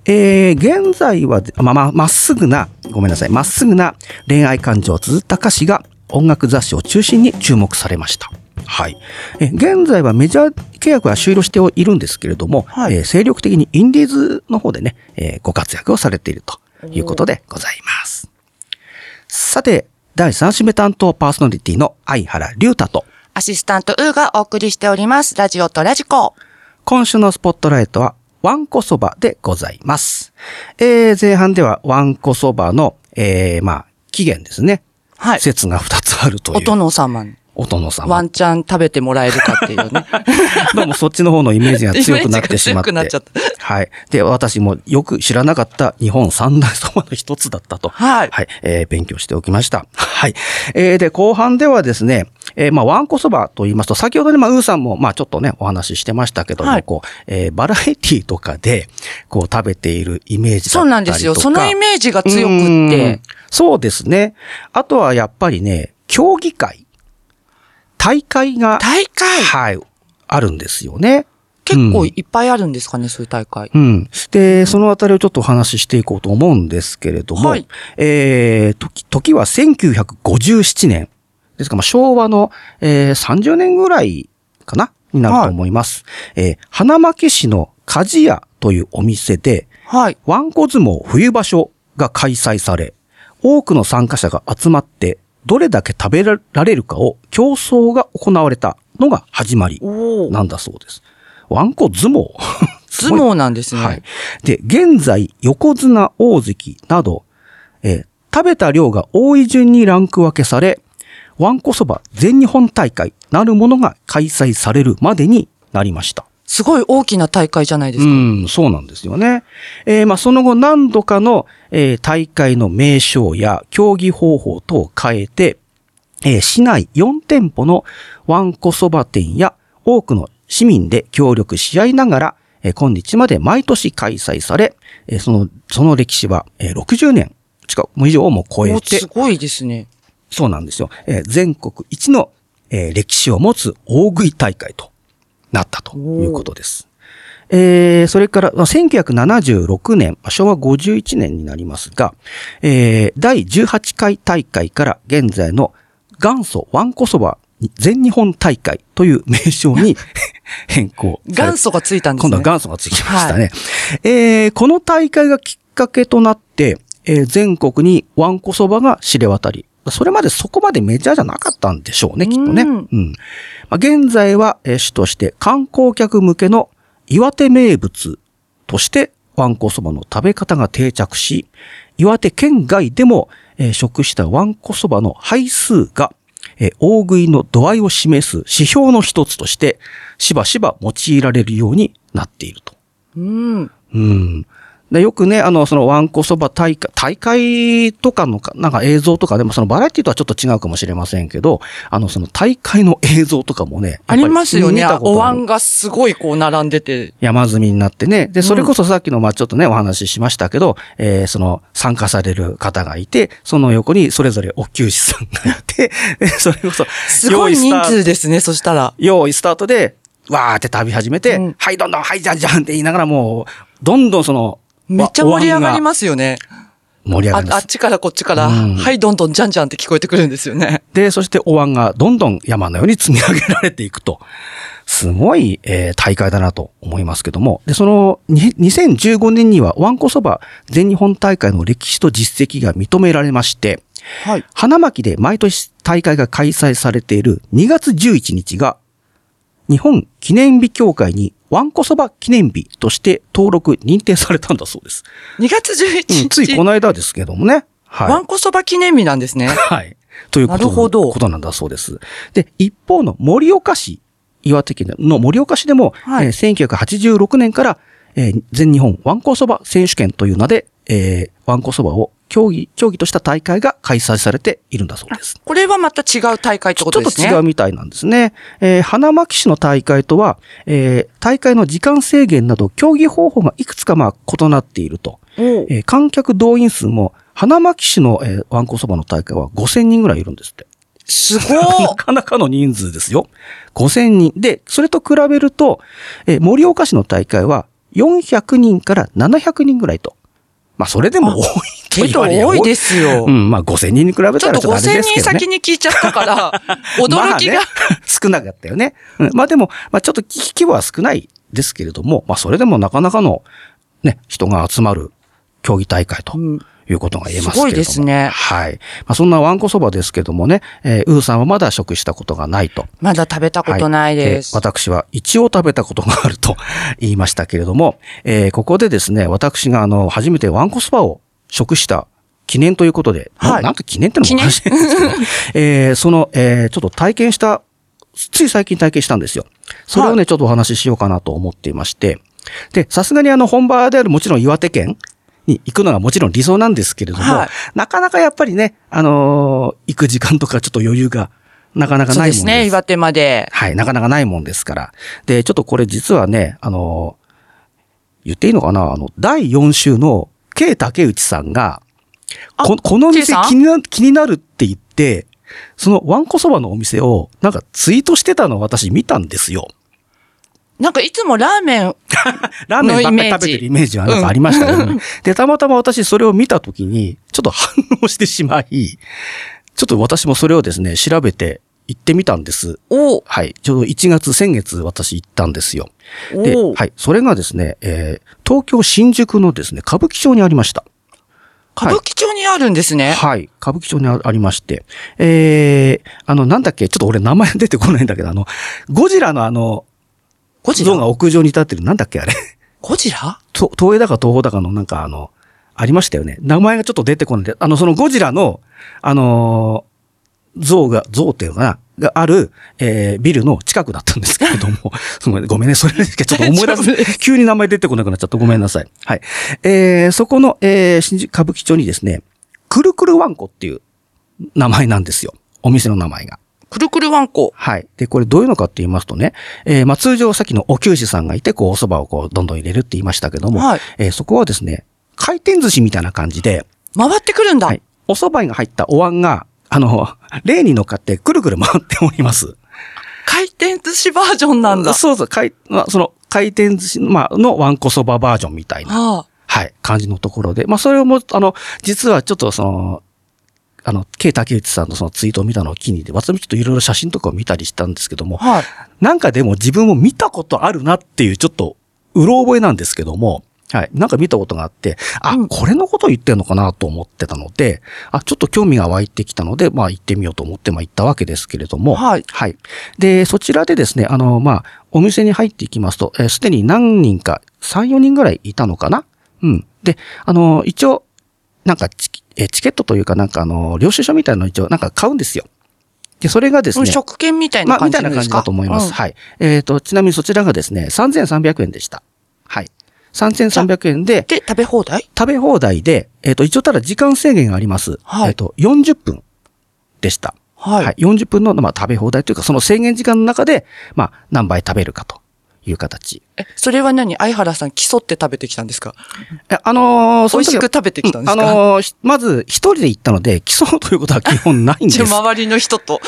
S2: えー現在はで、まあ、まあ、まっすぐな、ごめんなさい、まっすぐな恋愛感情を綴った歌詞が音楽雑誌を中心に注目されました。はい。えー現在はメジャー契約は終了しているんですけれども、
S3: はい
S2: えー精力的にインディーズの方でね、えーご活躍をされているということでございます。さて、第3締め担当パーソナリティの相原龍太と、
S3: アシスタントウーがお送りしております。ラジオとラジコ。
S2: 今週のスポットライトは、わんこそばでございます。えー、前半ではわんこそばの、えー、まあ、起源ですね。
S3: はい。
S2: 説が2つあるという。
S3: お殿様に
S2: お殿様。
S3: ワンチャン食べてもらえるかって いうね。
S2: どうもそっちの方のイメージが強くなってしまって。
S3: イメージが強くなっち
S2: はい。で、私もよく知らなかった日本三大そばの一つだったと。
S3: はい
S2: はい。えー勉強しておきました。はい。えーで、後半ではですね、えーまあ、わんこそばと言いますと、先ほどね、まあ、ウーさんも、まあ、ちょっとね、お話ししてましたけども、
S3: はい
S2: こう、えーバラエティとかで、こう、食べているイメージだったりとか。
S3: そうなんですよ。そのイメージが強くっ
S2: う
S3: て
S2: ん。そうですね。あとはやっぱりね、競技会。大会が。
S3: 大会
S2: はい。あるんですよね。
S3: 結構いっぱいあるんですかね、そういう大会。
S2: うん。で、そのあたりをちょっとお話ししていこうと思うんですけれども、
S3: はい
S2: えー、時、時は1957年。ですから、まあ、昭和の、えー、30年ぐらいかなになると思います。えー、花巻市の鍛冶屋というお店で、
S3: はい。
S2: ワンコ相撲冬場所が開催され、多くの参加者が集まって、どれだけ食べられるかを競争が行われたのが始まり
S3: おお。
S2: なんだそうです。ワンコ相撲す
S3: 相
S2: ごい
S3: 撲なんです ね。
S2: はい。で、現在、横綱、大関など、えー食べた量が多い順にランク分けされ、ワンコそば全日本大会なるものが開催されるまでになりました。
S3: すごい大きな大会じゃないです
S2: う
S3: か。
S2: ん、そうなんですよね。えーまあ、その後何度かの、えー大会の名称や競技方法等を変えて、えー市内4店舗のワンコそば店や多くの市民で協力し合いながら、えー今日まで毎年開催され、えーその、その歴史は、えー60年近く、も以上をもう超え
S3: お
S2: て
S3: す、ごいですね。
S2: そうなんですよ。えー全国一の、えー歴史を持つ大食い大会となったということです。えーそれから、まあ1976年、まあ昭和51年になりますが、えー第18回大会から現在の元祖ワンコそば全日本大会という名称に変更されて。
S3: 元祖がついたんですね。
S2: 今度は元祖がつきましたね。えーこの大会がきっかけとなって、えー全国にワンコそばが知れ渡り、それまでそこまでメジャーじゃなかったんでしょうね、きっとね。
S3: うん
S2: うんまあ、現在は、えー主として観光客向けの岩手名物として、ワンコそばの食べ方が定着し、岩手県外でも、えー食したワンコそばの配数が、えー大食いの度合いを示す指標の一つとして、しばしば用いられるようになっていると。
S3: うん。
S2: うん。で、よくね、あの、そのワンコそば大会、大会とかのか、なんか映像とかでも、そのバラエティとはちょっと違うかもしれませんけど、あの、その大会の映像とかもね、やっぱ
S3: あ
S2: り
S3: りますよ
S2: 見
S3: ね。
S2: たことあ
S3: お
S2: る
S3: 椀がすごいこう並んでて。
S2: 山積みになってね。で、それこそさっきの、まあちょっとね、お話ししましたけど、えーその、参加される方がいて、その横にそれぞれお給仕さんがいて、 でそれこそ、
S3: すご
S2: 用
S3: い
S2: 意ス
S3: 人
S2: タート
S3: 数ですね、そしたら。
S2: 用意スタートで、わーって旅始めて、
S3: うん
S2: はい、どんどん、はい、じゃんじゃんって言いながらもう、どんどんその、
S3: めっちゃ盛り上がり
S2: す。
S3: ますよね。
S2: 盛り上
S3: あ
S2: がり
S3: あ
S2: ま
S3: っ
S2: す。
S3: ちからこっちから、
S2: うん
S3: はい、どんどんじゃんじゃんって聞こえてくるんですよね。
S2: で、そしてお椀がどんどん山のように積み上げられていくと。すごい、えー大会だなと思いますけども。で、その、に2015年にはワンコそば全日本大会の歴史と実績が認められまして、
S3: はい。
S2: 花巻で毎年大会が開催されている2月11日が、日本記念日協会にワンコそば記念日として登録認定されたんだそうです。
S3: 2月11
S2: うん
S3: 日。
S2: ついこの間ですけどもね。はい。
S3: ワンコそば記念日なんですね。
S2: はい。ということ
S3: なるほど
S2: ことなんだそうです。で、一方の盛岡市、岩手県の盛岡市でも、
S3: はい
S2: えー1986年から、えー全日本ワンコそば選手権という名で、えーワンコそばを競技、競技とした大会が開催されているんだそうです。
S3: これはまた違う大会って
S2: ちょ
S3: こ
S2: ちょ
S3: と
S2: っ
S3: です
S2: と
S3: ね。
S2: 違うみたいなんですね。えー花巻市の大会とは、えー大会の時間制限など競技方法がいくつかまあ異なっていると。
S3: おう
S2: えー観客動員数も花巻市の、えーワンコそばの大会は5000人ぐらいいるんですって。
S3: すご
S2: なかなかの人数ですよ。5000人。で、それと比べると、えー盛岡市の大会は400人から700人ぐらいと。まあ、それでも多いと
S3: い。け
S2: 言
S3: ど
S2: われりゃ
S3: 多いですよ。
S2: うん、まあ5000人に比べたら
S3: ち
S2: ち
S3: ょ
S2: ょ
S3: っ
S2: っ
S3: と
S2: とあれ
S3: 5000
S2: ですけ
S3: 人
S2: どね
S3: 先。に聞いちゃった から、驚きが
S2: ま。あね、少なかったよね。うん、まあでも、まあちょっと規規模は少ないですけれども、まあそれでもなかなかのね、人が集まる競技大会と
S3: うん
S2: いうことが言えますけれども。
S3: すごいですね
S2: はい。まあ、そんなわんこそばですけどもね、えーウーさんはまだ食したことがないと。
S3: まだ食べたことないです。
S2: はいえー私は一応食べたことがあると 言いましたけれども、えーここでですね、私があの、初めてワンコそばを食した記念ということで、な
S3: はい
S2: なんか記念ってのもおかしいんですけど、 えーその、えーちょっと体験した、つい最近体験したんですよ。それをね、
S3: は
S2: ちょっとお話ししようかなと思っていまして、で、さすがにあの、本場であるもちろん岩手県、に行くのがもちろん理想なんですけれども、
S3: はい
S2: なかなかやっぱりね、あのー行く時間とかちょっと余裕がなかなか
S3: そう
S2: ないもん
S3: ですね、岩手まで。
S2: はい、なかなかないもんですから。で、ちょっとこれ実はね、あの、言っていいのかなあの、第4週の K 竹内さんが、
S3: あ
S2: ここの
S3: K
S2: 店
S3: さん
S2: 気にな気になるって言って、そのワンコそばのお店をなんかツイートしてたのを私見たんですよ。
S3: なんかいつもラーメン、
S2: ラーメンばっかり
S3: のイメー
S2: 食
S3: ジ
S2: べてるイメージはなんかありましたけど、ねで、たまたま私それを見たときに、ちょっと反応してしまい、ちょっと私もそれをですね、調べて行ってみたんです。
S3: お
S2: はい。ちょうど1月、先月私行ったんですよ。で、
S3: お
S2: はい。それがですね、えー東京新宿のですね、歌舞伎町にありました。
S3: 歌舞伎町にあるんですね。
S2: はい。歌舞伎町にあありまして、えー、あの、なんだっけ、ちょっと俺名前出てこないんだけど、あの、ゴジラのあの、
S3: ゴジ
S2: 像
S3: ラ
S2: が屋上に立ってる、なんだっけ、あれ。
S3: ゴジラ
S2: と東映だか東宝だかのなんかあの、ありましたよね。名前がちょっと出てこないんで、あの、そのゴジラの、あのー像が、像っていうのかながある、えー、ビルの近くだったんですけれど も、すごいごめんね、それだけちょっと思い出、
S3: 大丈夫です
S2: 急に名前出てこなくなっちゃった。ごめんなさい。はい。えー、そこの、えー、新宿歌舞伎町にですね、くるくるわんこっていう名前なんですよ。お店の名前が。
S3: くるくるワンコ。
S2: はい。で、これどういうのかって言いますとね、えーまあ通常さっきのお給仕さんがいて、こう、お蕎麦をこう、どんどん入れるって言いましたけども、
S3: はい
S2: えーそこはですね、回転寿司みたいな感じで、
S3: 回ってくるんだ。
S2: はい。お蕎麦が入ったお椀が、あの、例に乗っかってくるくる回っております。
S3: 回転寿司バージョンなんだ。
S2: そうそう、回、まあ、その、回転寿司、まあ、のわんこそばバージョンみたいな。
S3: は
S2: はい、感じのところで。まあ、それをもう、あの、実はちょっとその、あの、K 竹内さんのそのツイートを見たのを機にで、私もちょっといろいろ写真とかを見たりしたんですけども、
S3: あ、はい。
S2: なんかでも自分も見たことあるなっていう、ちょっと、うろ覚えなんですけども、はい。なんか見たことがあって、あ、
S3: うん
S2: これのことを言ってんのかなと思ってたので、あ、ちょっと興味が湧いてきたので、まあ行ってみようと思って、まあ行ったわけですけれども、
S3: はい
S2: はい。で、そちらでですね、あの、まあ、お店に入っていきますと、えーすでに何人か、3、4人ぐらいいたのかなうん。で、あの、一応、なんかチキ、えーチケットというか、なんかあの、領収書みたいなのを一応、なんか買うんですよ。で、それがですね、
S3: 食券みたい
S2: ま
S3: な
S2: あ、
S3: 感
S2: み
S3: じ
S2: たい
S3: で
S2: な
S3: すか、
S2: 感じだと思います。
S3: うん
S2: はい。えっ、と、ちなみにそちらがですね、3300円でした。はい。3300円で、
S3: で、食べ放題
S2: 食べ放題で、えっ、と、一応ただ時間制限があります。
S3: はい
S2: えっ、と、40分でした。
S3: はい。
S2: 40分の、まあ、食べ放題というか、その制限時間の中で、まあ、何杯食べるかという形。
S3: え、それは何相原さん競って食べてきたんですか
S2: えあのー、
S3: 美
S2: その
S3: 味し
S2: 時
S3: く
S2: は
S3: 食べてきたんです
S2: うんあ
S3: か、
S2: のーひまず、一人で行ったので、競うということは基本ないんで
S3: じ
S2: す
S3: ゃあ周りの 人と。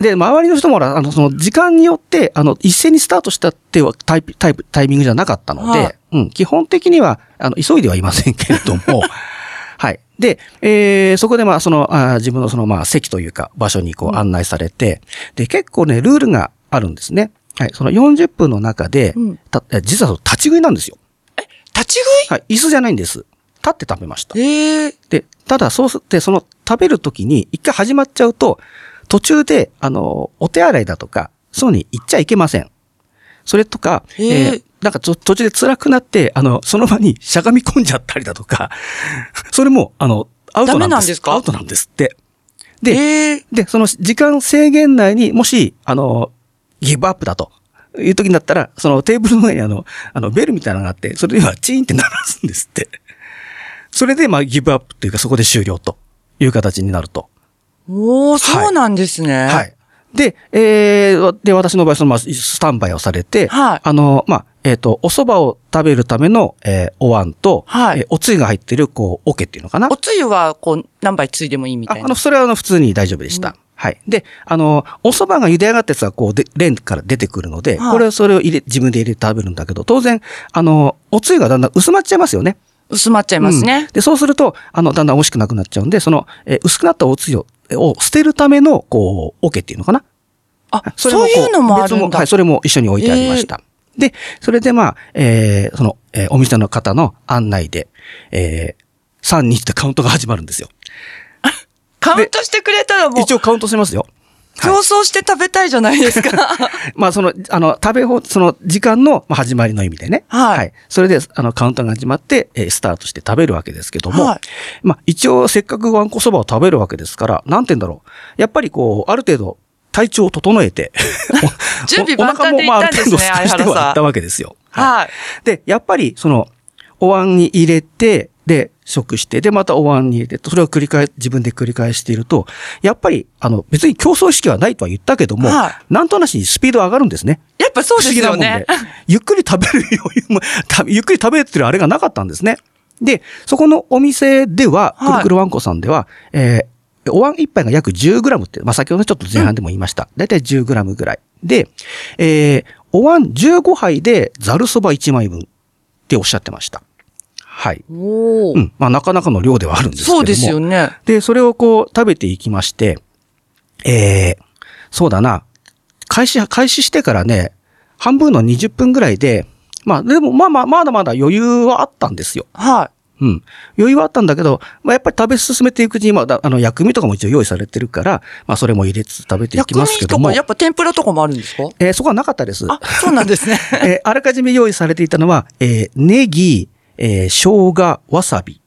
S2: で、周りの人もほら、あの、その、時間によって、あの、一斉にスタートしたってはタイプ、タイプ、タイミングじゃなかったので、
S3: はい
S2: うん、基本的には、あの、急いではいませんけれど も、はい。で、えー、そこで、まあ、その、あー自分のその、まあ、席というか、場所にこう案内されて、で、結構ね、ルールがあるんですね。はい。その40分の中で、
S3: うん
S2: たえ実はその立ち食いなんですよ。
S3: 立ち
S2: はい。椅子じゃないんです。立って食べました
S3: 食。いええ
S2: で、ただそうすって、その食べるときに一回始まっちゃうと、途中で、あの、お手洗いだとか、そうに行っちゃいけません。それとか、
S3: へー
S2: えーなんかちょ途中で辛くなって、あの、その場にしゃがみ込んじゃったりだとか、それも、あの、アウトなんです。
S3: ダメなんですか
S2: アウトなんですって。で、
S3: ええ
S2: で、その時間制限内にもし、あの、ギブアップだと。いう時になったら、そのテーブルの上にあの、あの、ベルみたいなのがあって、それではチーンって鳴らすんですって。それで、まあ、ギブアップというか、そこで終了という形になると。
S3: おー、そうなんですね。
S2: は。い。で、えー、で、私の場合、その、まあ、スタンバイをされて、
S3: はい
S2: あの、まあ、えっ、と、お蕎麦を食べるための、えーお椀と、
S3: はい
S2: えーおつゆが入ってる、こう、桶っていうのかな
S3: お。つゆは、こう、何杯ついでもいいみた
S2: あ
S3: い
S2: あの、
S3: な。
S2: それはあの普通に大丈夫でした。はい。で、あの、お蕎麦が茹で上がったやつはこう、で、レンから出てくるので、
S3: はい
S2: これをそれを入れ、自分で入れて食べるんだけど、当然、あの、おつゆがだんだん薄まっちゃいますよね。
S3: 薄まっちゃいますね
S2: うん。で、そうすると、あの、だんだん美味しくなくなっちゃうんで、その、えー薄くなったおつゆをを捨てるための、こう、桶っていうのかな。
S3: あ、
S2: それ
S3: そう
S2: こ
S3: いうのもある
S2: 別
S3: んだ。
S2: はい、それも一緒に置いてありました。で、それでまあ、えーその、えーお店の方の案内で、えー3、2ってカウントが始まるんですよ。
S3: カウントしてくれたらもう
S2: 一、応カウントしますよ。はい
S3: 競争して食べたいじゃないで すか。
S2: まあ、その、あの、食べ放、その時間のまあ始まりの意味でね。
S3: はい
S2: それで、あの、カウンターが始まって、えースタートして食べるわけですけども、
S3: はい
S2: まあ、一応、せっかくわんこそばを食べるわけですから、なんて言うんだろう。やっぱりこう、ある程度、体調を整えて、お
S3: 準備万端で行ったんです
S2: お腹
S3: ね
S2: もまあある程度
S3: 相原さん
S2: は行ったわけですよ。
S3: はい。
S2: で、やっぱり、その、お椀に入れて、で、食して、で、またお椀に入れて、それを繰り返、自分で繰り返していると、やっぱり、あの、別に競争意識はないとは言ったけども、
S3: はい
S2: なんとなしにスピード上がるんですね。
S3: やっぱそうですよね
S2: 不。思議なもんで。ゆっくり食べる余裕も、た ゆっくり食べてるあれがなかったんですね。で、そこのお店では、
S3: はい
S2: くるくるわんこさんでは、えーお椀一杯が約 10g って、まあ、先ほどちょっと前半でも言いました。だいたい 10g ぐらい。で、えーお椀15杯でざるそば1枚分っておっしゃってました。はい。
S3: お
S2: うん。まあ、なかなかの量ではあるんですけども。
S3: そうですよね。
S2: で、それをこう食べていきまして、えー、そうだな、開始、開始してからね、半分の20分ぐらいで、まあでもまあまあ、まだまだ余裕はあったんですよ。
S3: は
S2: うん。余裕はあったんだけど、まあやっぱり食べ進めていくうちに、まあだ、あの、薬味とかも一応用意されてるから、まあそれも入れつつ食べ
S3: い。
S2: ていき
S3: 薬
S2: ます
S3: 味
S2: け
S3: と
S2: ども
S3: か、や、っぱ天ぷらとかもあるんですか
S2: えーそこはなかったです。
S3: あ、そうなんですね。
S2: えーあらかじめ用意されていたのは、えーネギ、えー生姜、わさび、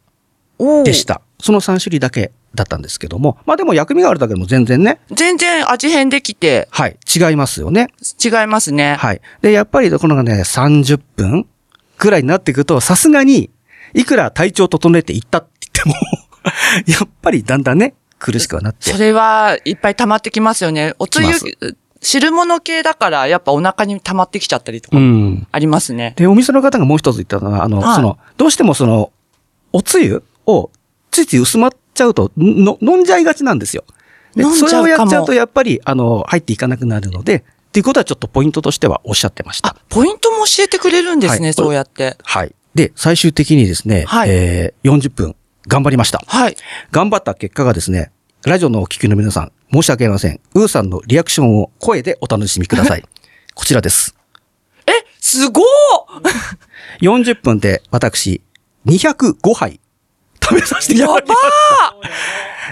S3: おー
S2: でし。た。その3種類だけだったんですけども、まあでも薬味があるだけでも全然ね、
S3: 全然味変できて
S2: はい、違いますよね。
S3: 違いますね。
S2: はい。で、やっぱりこのね、30分くらいになっていくと、さすがに、いくら体調整えていったって言っても、 やっぱりだんだんね、苦しくはなって
S3: そ。れはいっぱい溜まってきますよね。おつゆ
S2: きます、
S3: 汁物系だからやっぱお腹に溜まってきちゃったりと
S2: う
S3: か
S2: ん。
S3: ありますね。
S2: で、お店の方がもう一つ言ったのは、あの、
S3: はい
S2: その、どうしてもその、おつゆをついつい薄まっちゃうと、の、飲んじゃいがちなんですよ。で、
S3: 飲んじゃ
S2: そうれをやっちゃ
S3: か
S2: う
S3: も
S2: と、やっぱり、あの、入っていかなくなるので、っていうことはちょっとポイントとしてはおっしゃってました。
S3: ポイントも教えてくれるんですね、
S2: はい
S3: そうやって。
S2: はい。で、最終的にですね、
S3: はい
S2: えー40分頑張りました。
S3: はい。
S2: 頑張った結果がですね、ラジオのお聞きの皆さん、申し訳ありません。ウーさんのリアクションを声でお楽しみくだ さい。こちらです。
S3: え、すごー
S2: 40分で私、205杯食べさせていた
S3: やば
S2: だ
S3: ー
S2: きました。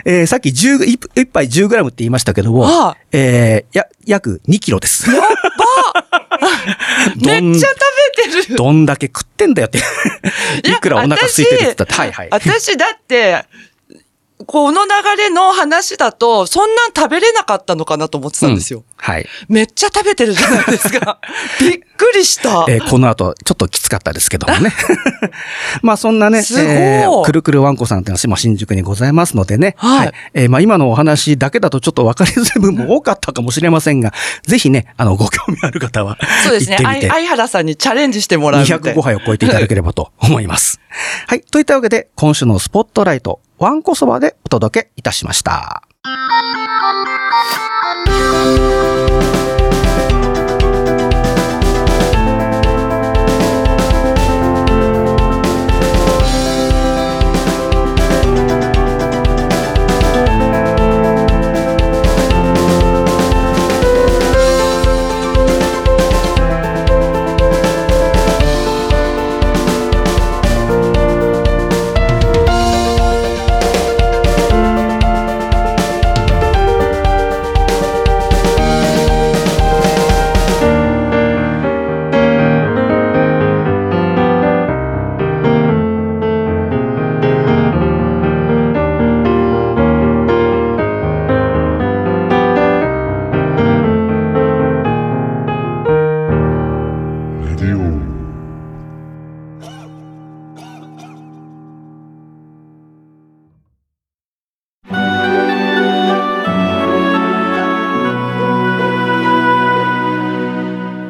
S2: えー、さっき10、1, 杯 10g って言いましたけども、
S3: は
S2: えー、や、約2キロです。
S3: めっちゃ食べてる
S2: どんだけ食ってんだよって。いくらお腹空いてるって言ったら、
S3: 私
S2: はいはい。
S3: 私だって、この流れの話だと、そんなん食べれなかったのかなと思ってたんですよ。
S2: はい。
S3: めっちゃ食べてるじゃないです か。びっくりした。
S2: えーこの後、ちょっときつかったですけども ね。まあ、そんなね、
S3: すごい
S2: えーくるくるわんこさんっていうのはまあ新宿にございますのでね。
S3: はい
S2: えーまあ、今のお話だけだとちょっと分かりづらい部分も多かったかもしれませんが、 ぜひね、あの、ご興味ある方は、
S3: そう
S2: 行
S3: で
S2: っ
S3: す
S2: て
S3: ね。あ
S2: み
S3: い
S2: て。
S3: 相原さんにチャレンジしてもらうみたいな
S2: 205杯を超えていただければと思い ます。はい。といったわけで、今週のスポットライト、わんこそばでお届けいたしました。
S5: Radio.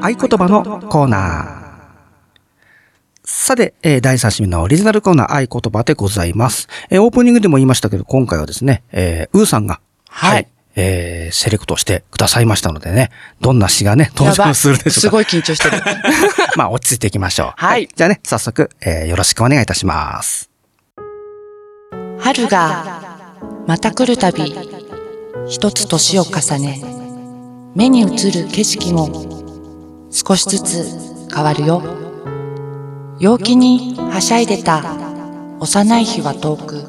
S2: 合言葉のコーナー。さて、えー第3週のオリジナルコーナー合言葉でございます。えーオープニングでも言いましたけど、今回はですね、えー、ウーさんが、
S3: はい
S2: えーセレクトしてくださいましたのでね、どんな詩がね、登
S3: やば
S2: 場
S3: い
S2: するでし
S3: す
S2: ょうか。
S3: ごい緊張してる。
S2: まあ、落ち着いていきましょう。
S3: はい
S2: じゃあね、早速、えーよろしくお願いいたします。
S3: 春がまた来るたび一つ年を重ね目に映る景色も少しずつ変わるよ陽気にはしゃいでた幼い日は遠く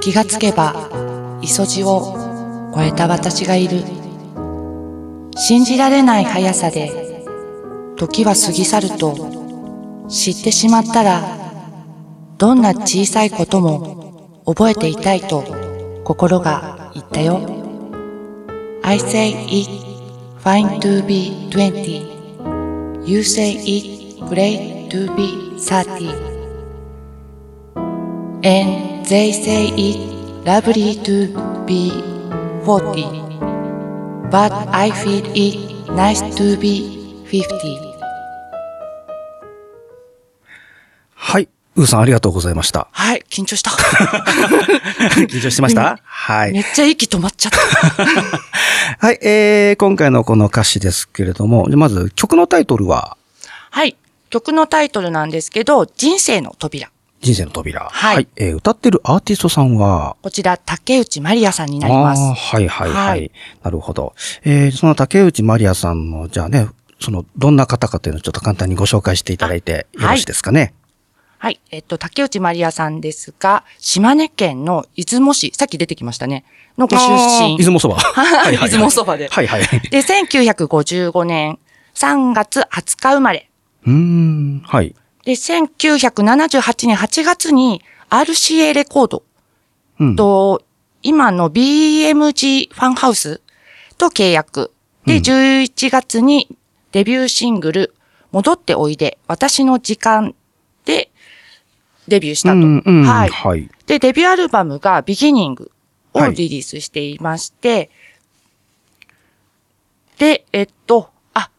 S3: 気がつけば磯路を越えた私がいる信じられない速さで時は過ぎ去ると知ってしまったらどんな小さいことも覚えていたいと心が言ったよ I say it fine to be 20 You say it great to be 30 and they say it lovely to be 40 but I feel it nice to be 50
S2: はい。ウーさんありがとうございま した。
S3: はい、緊 張した。
S2: 緊張してましたはい
S3: め。っちゃ息止まっち ゃった。
S2: はい、えー、今回のこの歌詞ですけれども、じゃあまず曲のタイトルは、
S3: はい、曲のタイトルなんですけど、人生の扉。
S2: 人生の扉。
S3: はい
S2: えー歌ってるアーティストさんは、
S3: こちら、竹内まりやさんになりま
S2: あー
S3: す。
S2: はいはいはい。
S3: はい
S2: なるほど。えー、その竹内まりやさんの、じゃあね、その、どんな方かというのをちょっと簡単にご紹介していただいてよろしいですかね。
S3: はい。えっと、竹内まりやさんですが、島根県の出雲市、さっき出てきましたね、のご出
S2: あ
S3: 身
S2: ー出。 雲そば。はいはいはい
S3: 出雲そばで
S2: はい はい。う
S3: で、1955年3月20日生まれ。
S2: ーん、はい。
S3: で、1978年8月に RCA レコード
S2: うん。
S3: と、今の BMG ファンハウスと契約。で、
S2: うん
S3: 11月にデビューシングル、戻っておいで、私の時間でデビューしたと。
S2: うんうん、
S3: はい。
S2: はい。
S3: で、デビューアルバムがビギニングを
S2: はい
S3: リリースしていまして、で、えっと、あ、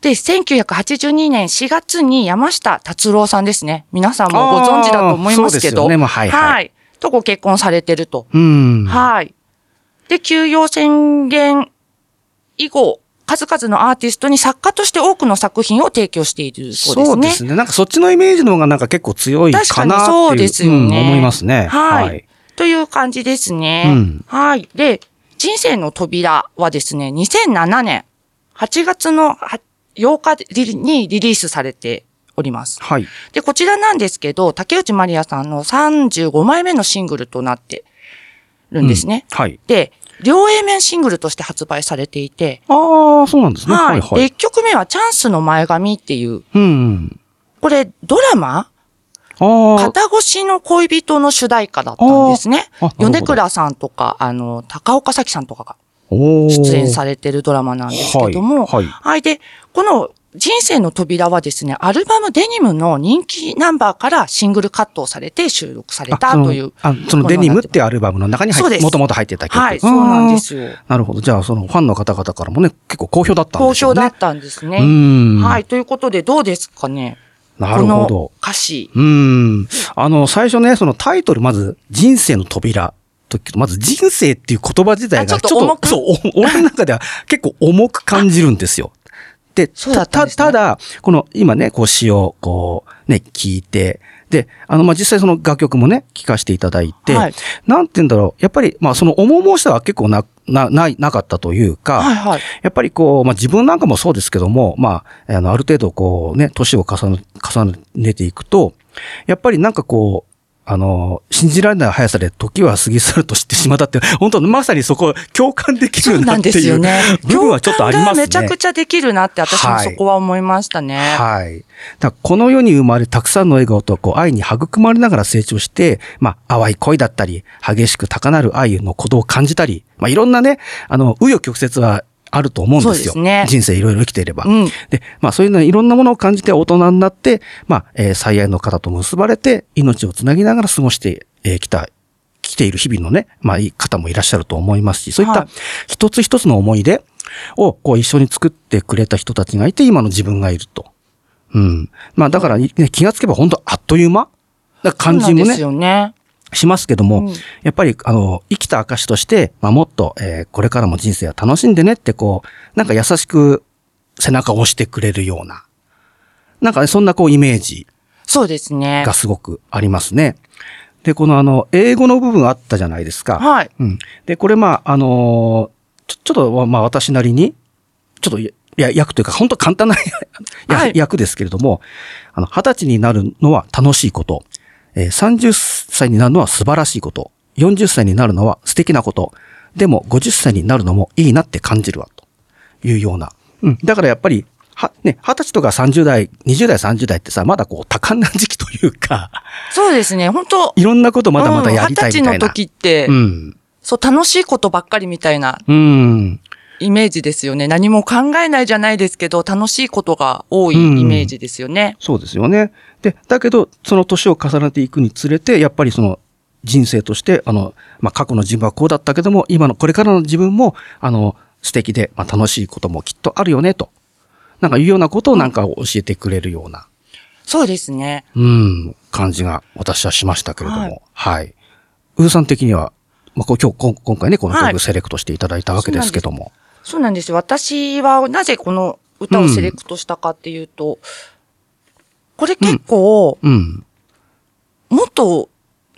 S3: で、1982年4月に山下達郎さんですね。皆さんもご存知だと思
S2: あー
S3: いますけ
S2: そうですよ
S3: ど。
S2: ねまあはいはい
S3: とご結婚されてると。
S2: うん。
S3: はい。で、休養宣言以後、数々のアーティストに作家として多くの作品を提供しているそうですね。
S2: そうですね。なんかそっちのイメージの方がなんか結構強いかなっていう
S3: 確かにそうですよね
S2: ん思いますね。
S3: はい。という感じですね。
S2: うん
S3: はい。で、人生の扉はですね、2007年8月のは8日にリリースされております。
S2: はい。
S3: で、こちらなんですけど、竹内まりやさんの35枚目のシングルとなってるんですね。
S2: うんはい。
S3: で、両 A 面シングルとして発売されていて、
S2: ああ、そうなんですね。はいは
S3: で、
S2: い
S3: 1。曲目はチャンスの前髪っていう、
S2: うん。
S3: これドラマ
S2: ああ。
S3: 片越しの恋人の主題歌だったんですね
S2: あーあなる。ほど
S3: 米倉さんとか、あの、高岡早紀さんとかが
S2: 出
S3: 出演さ
S2: れ
S3: れてるドラマなんですけども、
S2: は
S3: はいい、
S2: はい
S3: で、この人生の扉はですね、アルバムデニムの人気ナンバーからシングルカットをされて収録されたという。
S2: あ、そのデニムっていうアルバムの中に
S3: そう
S2: 入っ
S3: で
S2: て、
S3: す
S2: もともと入ってた曲。
S3: はい、そうなんです
S2: よ。
S3: よ。
S2: なるほど。じゃあ、そのファンの方々からもね、結構好評だったん
S3: 好
S2: ですよ
S3: 評だ
S2: ね。
S3: ったんです
S2: う
S3: ね。
S2: ん。
S3: はい、ということでどうですかね。
S2: なるほ
S3: こ
S2: ど
S3: の。歌詞。
S2: うん。あの、最初ね、そのタイトル、まず、人生の扉。とまず人生っていう言葉自体が
S3: あちょっと重く
S2: そう、お俺の中では結構重く感じるんですよ。で、
S3: そうだったんですね
S2: ただ、この今ね、こう詩をこう、ね、聞いて、で、あの、まあ、実際その楽曲もね、聴かせていただいて、
S3: はい
S2: なんて言うんだろう、やっぱり、まあ、その重々したは結構な、な、ない、なかったというか、
S3: はいはい。
S2: やっぱりこう、まあ、自分なんかもそうですけども、まあ、あの、ある程度こうね、年を重ね、重ねていくと、やっぱりなんかこう、あの、信じられない速さで時は過ぎ去ると知ってしまったって、本当まさにそこ共感でき
S3: そ
S2: る
S3: う
S2: な
S3: な
S2: っ
S3: ん
S2: て
S3: です
S2: い
S3: よ
S2: う
S3: ね。
S2: 部分はちょっとあります
S3: 共感が
S2: ね。
S3: めちゃくちゃできるなって私もそこは思いましたね。
S2: はい。だからこの世に生まれたくさんの笑顔とこう愛に育まれながら成長して、まあ、淡い恋だったり、激しく高なる愛の鼓動を感じたり、まあ、いろんなね、あの、紆余曲折はあると思うんですよ。
S3: そうですね
S2: 人生いろいろ生きていれば。
S3: うん
S2: で、まあ、そういうのいろんなものを感じて大人になって、まあ、えー最愛の方と結ばれて、命をつなぎながら過ごしてえーきた、来ている日々のね、まあ、いい方もいらっしゃると思いますし、そういっ
S3: は
S2: た
S3: い
S2: 一つ一つの思い出を、こう、一緒に作ってくれた人たちがいて、今の自分がいると。うん。まあ、だから、ね、気がつけば本当あっという間な感じ
S3: そう
S2: も
S3: なんです
S2: ね、
S3: よね。
S2: しますけども、
S3: うん
S2: やっぱり、あの、生きた証として、まあ、もっと、えーこれからも人生は楽しんでねって、こう、なんか優しく背中を押してくれるような、なんかね、そんなこう、イメージ
S3: そうですね
S2: が。すごくありますね。で、このあの、英語の部分あったじゃないですか。
S3: はい。
S2: うん。で、これまあ、あのーちょ、ちょっと、まあ、私なりに、ちょっとや、や、役というか、本当簡単な や、
S3: はい
S2: 役ですけれども、あの、二十歳になるのは楽しいこと。えー30歳になるのは素晴らしいこと。40歳になるのは素敵なこと。でも50歳になるのもいいなって感じるわ、というような。うん。だからやっぱり、は、ね、20歳とか30代、20代、30代ってさ、まだこう多感な時期というか、
S3: そうですね、本当
S2: いろんなことまだまだやりたいみたいな。
S3: うん20歳の時って、
S2: うん。
S3: そう、楽しいことばっかりみたいな
S2: うん。
S3: イメージですよね。何も考えないじゃないですけど、楽しいことが多いイメージですよね。
S2: そうですよね。で、だけど、その年を重ねていくにつれて、やっぱりその人生として、あの、まあ、過去の自分はこうだったけども、今のこれからの自分も、あの、素敵で、まあ、楽しいこともきっとあるよね、と。なんかいうようなことをなんか教えてくれるような、
S3: そうですね。
S2: うん、感じが私はしましたけれども。はい。ウーさん的には、まあ、こう今日、こん今回ね、この
S3: は
S2: 曲
S3: い
S2: セレクトしていただいたわけですけども。
S3: そうなんですよ。私はなぜこの歌をセレクトしたかっていうと、これ結構、
S2: うん。
S3: もっと、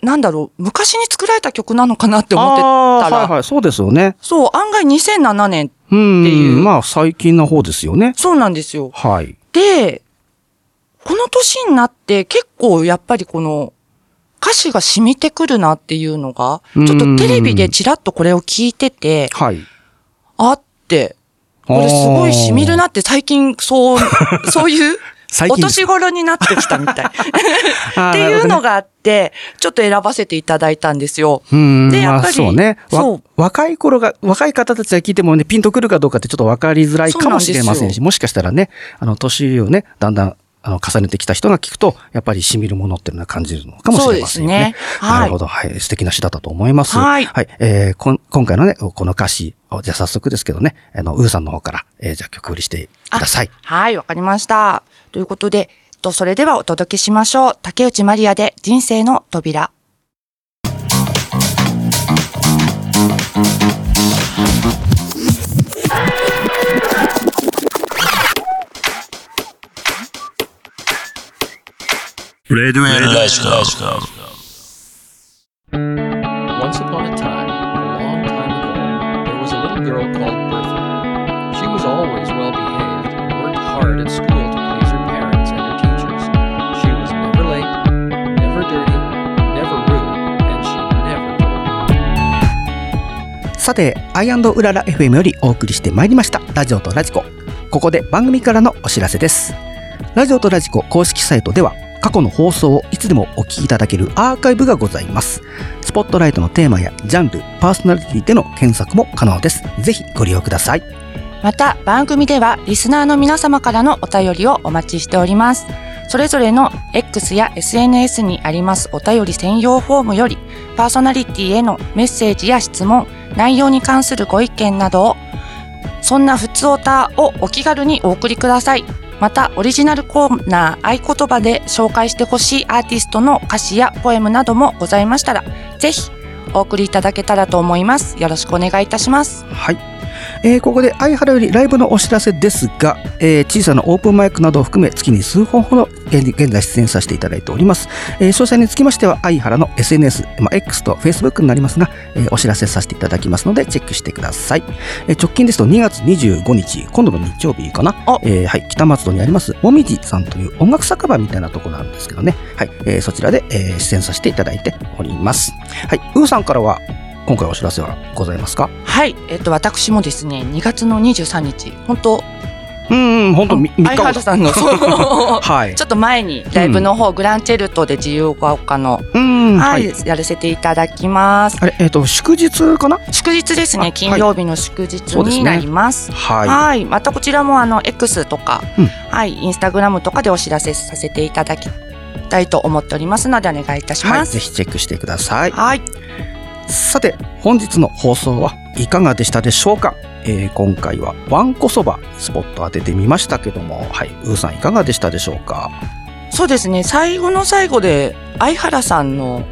S3: なんだろう、昔に作られた曲なのかなって思ってたら、
S2: あーはいはい、そうですよね。
S3: そう、案外2007年、
S2: うん。
S3: っていう
S2: まあ、最近の方ですよね。
S3: そうなんですよ。
S2: はい。
S3: で、この年になって結構やっぱりこの歌詞が染みてくるなっていうのが、
S2: うん
S3: ちょっとテレビでちらっとこれを聞いてて、
S2: はい。
S3: あって、これすごい染みるなって最近 そう、そういう
S2: 最
S3: お
S2: 近
S3: 年頃になってきたみ たい。っていうの
S2: が、
S3: があって、ちょっと選ばせていただいたんですよ。
S2: うん
S3: で
S2: まあ
S3: やっぱり
S2: そうね。
S3: そ
S2: わ
S3: う
S2: 若い頃が、若い方たちが聞いてもね、ピンとくるかどうかってちょっとわかりづらいかもしれませ
S3: そうなん
S2: ん
S3: です
S2: し、もしかしたらね、あの、年をね、だんだん、あの、重ねてきた人が聞くと、やっぱり染みるものっていうのは感じるのかもしれませんよね。
S3: そうですねはい
S2: なるほど。はい。素敵な詩だったと思います。
S3: はい
S2: えーこん今回のね、この歌詞を、じゃあ早速ですけどね、あの、ウーさんの方から、えーじゃあ曲売りしてください。
S3: はい、わかりました。ということで、えっとそれではお届けしましょう。竹内まりやで人生の扉。
S4: Red Velvet.
S6: Once upon a time, a long time ago, there was a little girl called Bertha. She was always well behaved and worked hard at school to please her parents and her teachers. She was never late, never dirty, never rude, and she never told
S2: さて、アイウララ FM よりお送りしてまいりました、ラジオとラジコ。ここで番組からのお知らせです。ラジオとラジコ公式サイトでは、過去の放送をいつでもお聞きいただけるアーカイブがございます。スポットライトのテーマやジャンル、パーソナリティでの検索も可能です。ぜひご利用ください。
S3: また番組ではリスナーの皆様からのお便りをお待ちしておりますそれぞれの X や SNS にありますお便り専用フォームよりパーソナリティへのメッセージや質問内容に関するご意見などをそんなふつおたをお気軽にお送りくださいまたオリジナルコーナー合言葉で紹介してほしいアーティストの歌詞やポエムなどもございましたらぜひお送りいただけたらと思いますよろしくお願いいたします
S2: はい。えーここで、アイハラよりライブのお知らせですが、えー小さなオープンマイクなどを含め、月に数本ほど現現在出演させていただいております。えー詳細につきましては、アイハラの SNS、まあ、X と Facebook になりますが、えーお知らせさせていただきますので、チェックしてください。えー直近ですと、2月25日、今度の日曜日かな、えーはい、北松戸にあります、もみじさんという音楽酒場みたいなとこなんですけどね、はい、えーそちらで、えー出演させていただいております。はい、ウーさんからは、今回お知らせはございますか
S3: はい、えっと、私もですね、2月の23日、本当、
S2: うんうん、本当み3
S3: 相原
S2: 日後。
S3: さんの、 そう
S2: はい。
S3: ちょっと前にライブの方、グランチェルトで自由が丘の、
S2: うん、は。
S3: はいい、やらせていただきます。
S2: あれ、えっ、と、祝日かな
S3: 祝日です
S2: あはい
S3: ね、金曜日の祝日
S2: そうですね
S3: になります。
S2: は。
S3: はいい、またこちらもあの X とか、
S2: うん
S3: はい、インスタグラムとかでお知らせさせていただきたいと思っておりますのでお願いいたし
S2: は
S3: ま
S2: い。ぜ
S3: す。
S2: ひチェックしてください。
S3: はい、
S2: さて、本日の放送はいかがでしたでしょうか、えー今回はわんこそば、スポット当ててみましたけども、はい。うーさんいかがでしたでしょうか
S3: そうですね、最後の最後で相原さんの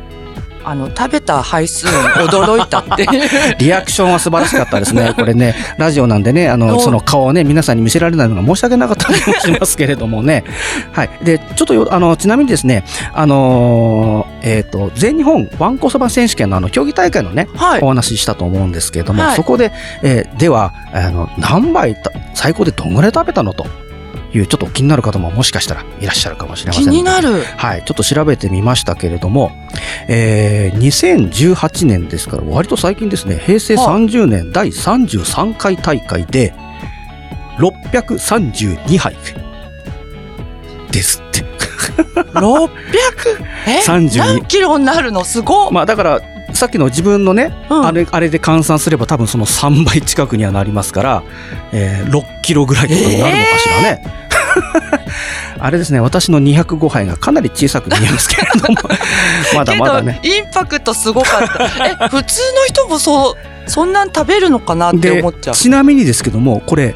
S3: あの食べた配数に驚いた っていう。
S2: リアクションは素晴らしかったですね。これね、ラジオなんでね、あの、
S3: お
S2: その顔をね、皆さんに見せられないのが申し訳なかった気もしますけれどもね。はい。で、ちょっとよ、あの、ちなみにですね、あのーえっ、と、全日本わんこそば選手権のあの、競技大会のね、
S3: はい
S2: お。話ししたと思うんですけれども、
S3: はい
S2: そこで、えーでは、あの、何杯た、最高でどんぐらい食べたのと。いうちょっと気になる方ももしかしたらいらっしゃるかもしれません
S3: 気
S2: ので
S3: になる。
S2: はい、ちょっと調べてみましたけれども、えー2018年ですから、割と最近ですね、平成30年第33回大会で、632杯ですって。
S3: 600? え
S2: 32
S3: 何キロになるのすご っ、
S2: まあだから、さっきの自分のね、
S3: うん
S2: あれあれで換算すれば多分その3倍近くにはなりますから、えー6キロぐらいとかになるのかしらね。 あれですね私の205杯がかなり小さく見えますけれど もまだまだね
S3: けどインパクトすご かった。え、普通の人もそう、そんなん食べるのかなって
S2: で
S3: 思っちゃう。
S2: ちなみにですけどもこれ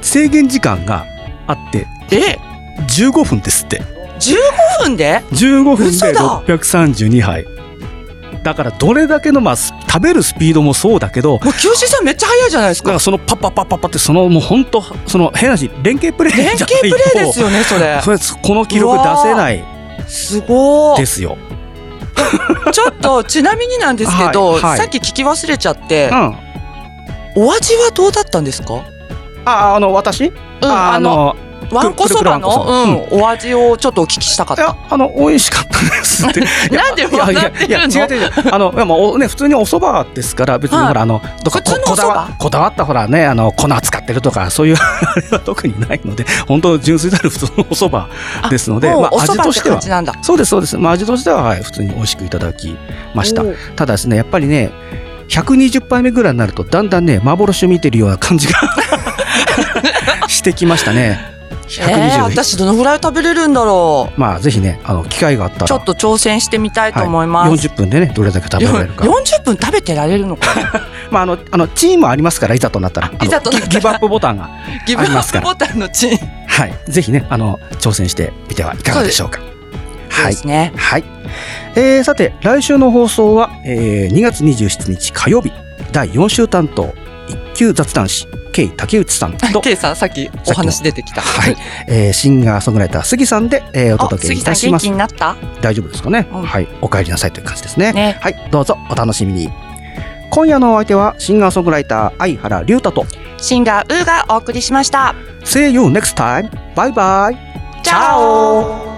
S2: 制限時間があって
S3: え、
S2: 15分ですって
S3: 15分で
S2: 15分
S3: 嘘
S2: で
S3: だ
S2: 632杯だからどれだけの、まあ、す食べるスピードもそうだけど
S3: もう休止さんめっちゃ早いじゃないです
S2: なん
S3: か。
S2: かそのパッパッパッパッパってそのもう本当その変な話連携プレーじゃな
S3: 連
S2: いと
S3: 携プレーですよね、それ。
S2: それこの記録出せない
S3: すご
S2: で
S3: い。
S2: すよ。
S3: ちょっと、ちなみになんですけど、
S2: はいはい
S3: さっき聞き忘れちゃって
S2: うん、あ
S3: お味はどうだったんですかうん、
S2: あの私、
S3: あの、わんこそば
S2: くるくるわん
S3: の、うん、お味をちょっとお聞きしたかっ
S2: い
S3: た。
S2: やあの美味しかったです って。
S3: なんで
S2: いやい
S3: 笑ってる
S2: やいや違う
S3: の
S2: 違う違うあのいやまあおね普通にお蕎麦ですから別に
S3: はい
S2: ほらあのどっか
S3: 普通の
S2: ここだ
S3: お蕎
S2: わこだわったほらねあの粉使ってるとかそういう あれは特にないので本当純粋なる普通のお蕎麦ですので
S3: もう
S2: ま
S3: お
S2: あ味
S3: 蕎
S2: と
S3: 麦っ
S2: してて
S3: 感
S2: は
S3: じなんだ。
S2: そうですそうですまあ味としてははい普通に美味しくいただきました
S3: おー
S2: ただですねやっぱりね120杯目ぐらいになるとだんだんね幻を見てるような感じ がしてきましたね120、
S3: えー、私どのぐらい食べれるんだろう。
S2: まあぜひねあの機会があったら
S3: ちょっと挑戦してみたいと思います。
S2: 40分でねどれだけ食べられるか
S3: よん40分食べてられるのかな
S2: まあ、あの、あの、チームはありますから、いざとなったら。あの
S3: いざとなったら
S2: ギギブアップボタンが。
S3: ギブア
S2: あります
S3: ッ
S2: か
S3: プ
S2: ら
S3: ボタンのチン
S2: はい。ぜひね、あの、挑戦してみてはいかがでしょうか。は
S3: で
S2: い。
S3: すね、
S2: はい。えー、さて、来週の放送は、えー、2月27日火曜日、第4週担当、一級雑談師、K 竹内さんと、
S3: ケイさんさっきお話出てきた
S2: はい。えー、シンガーソングライター、杉さんで、えー、お
S3: あ
S2: 届けい
S3: 杉さ
S2: た
S3: ん
S2: し
S3: 元
S2: ます
S3: 気。になった
S2: 大丈夫ですかね、
S3: うん
S2: はいお帰りなさいという感じですね
S3: ね
S2: はいどうぞお楽しみに今夜のお相手はシンガーソングライター相原龍太と
S3: シンガーウーがお送りしました
S2: See you next time バイバイ
S3: チャオ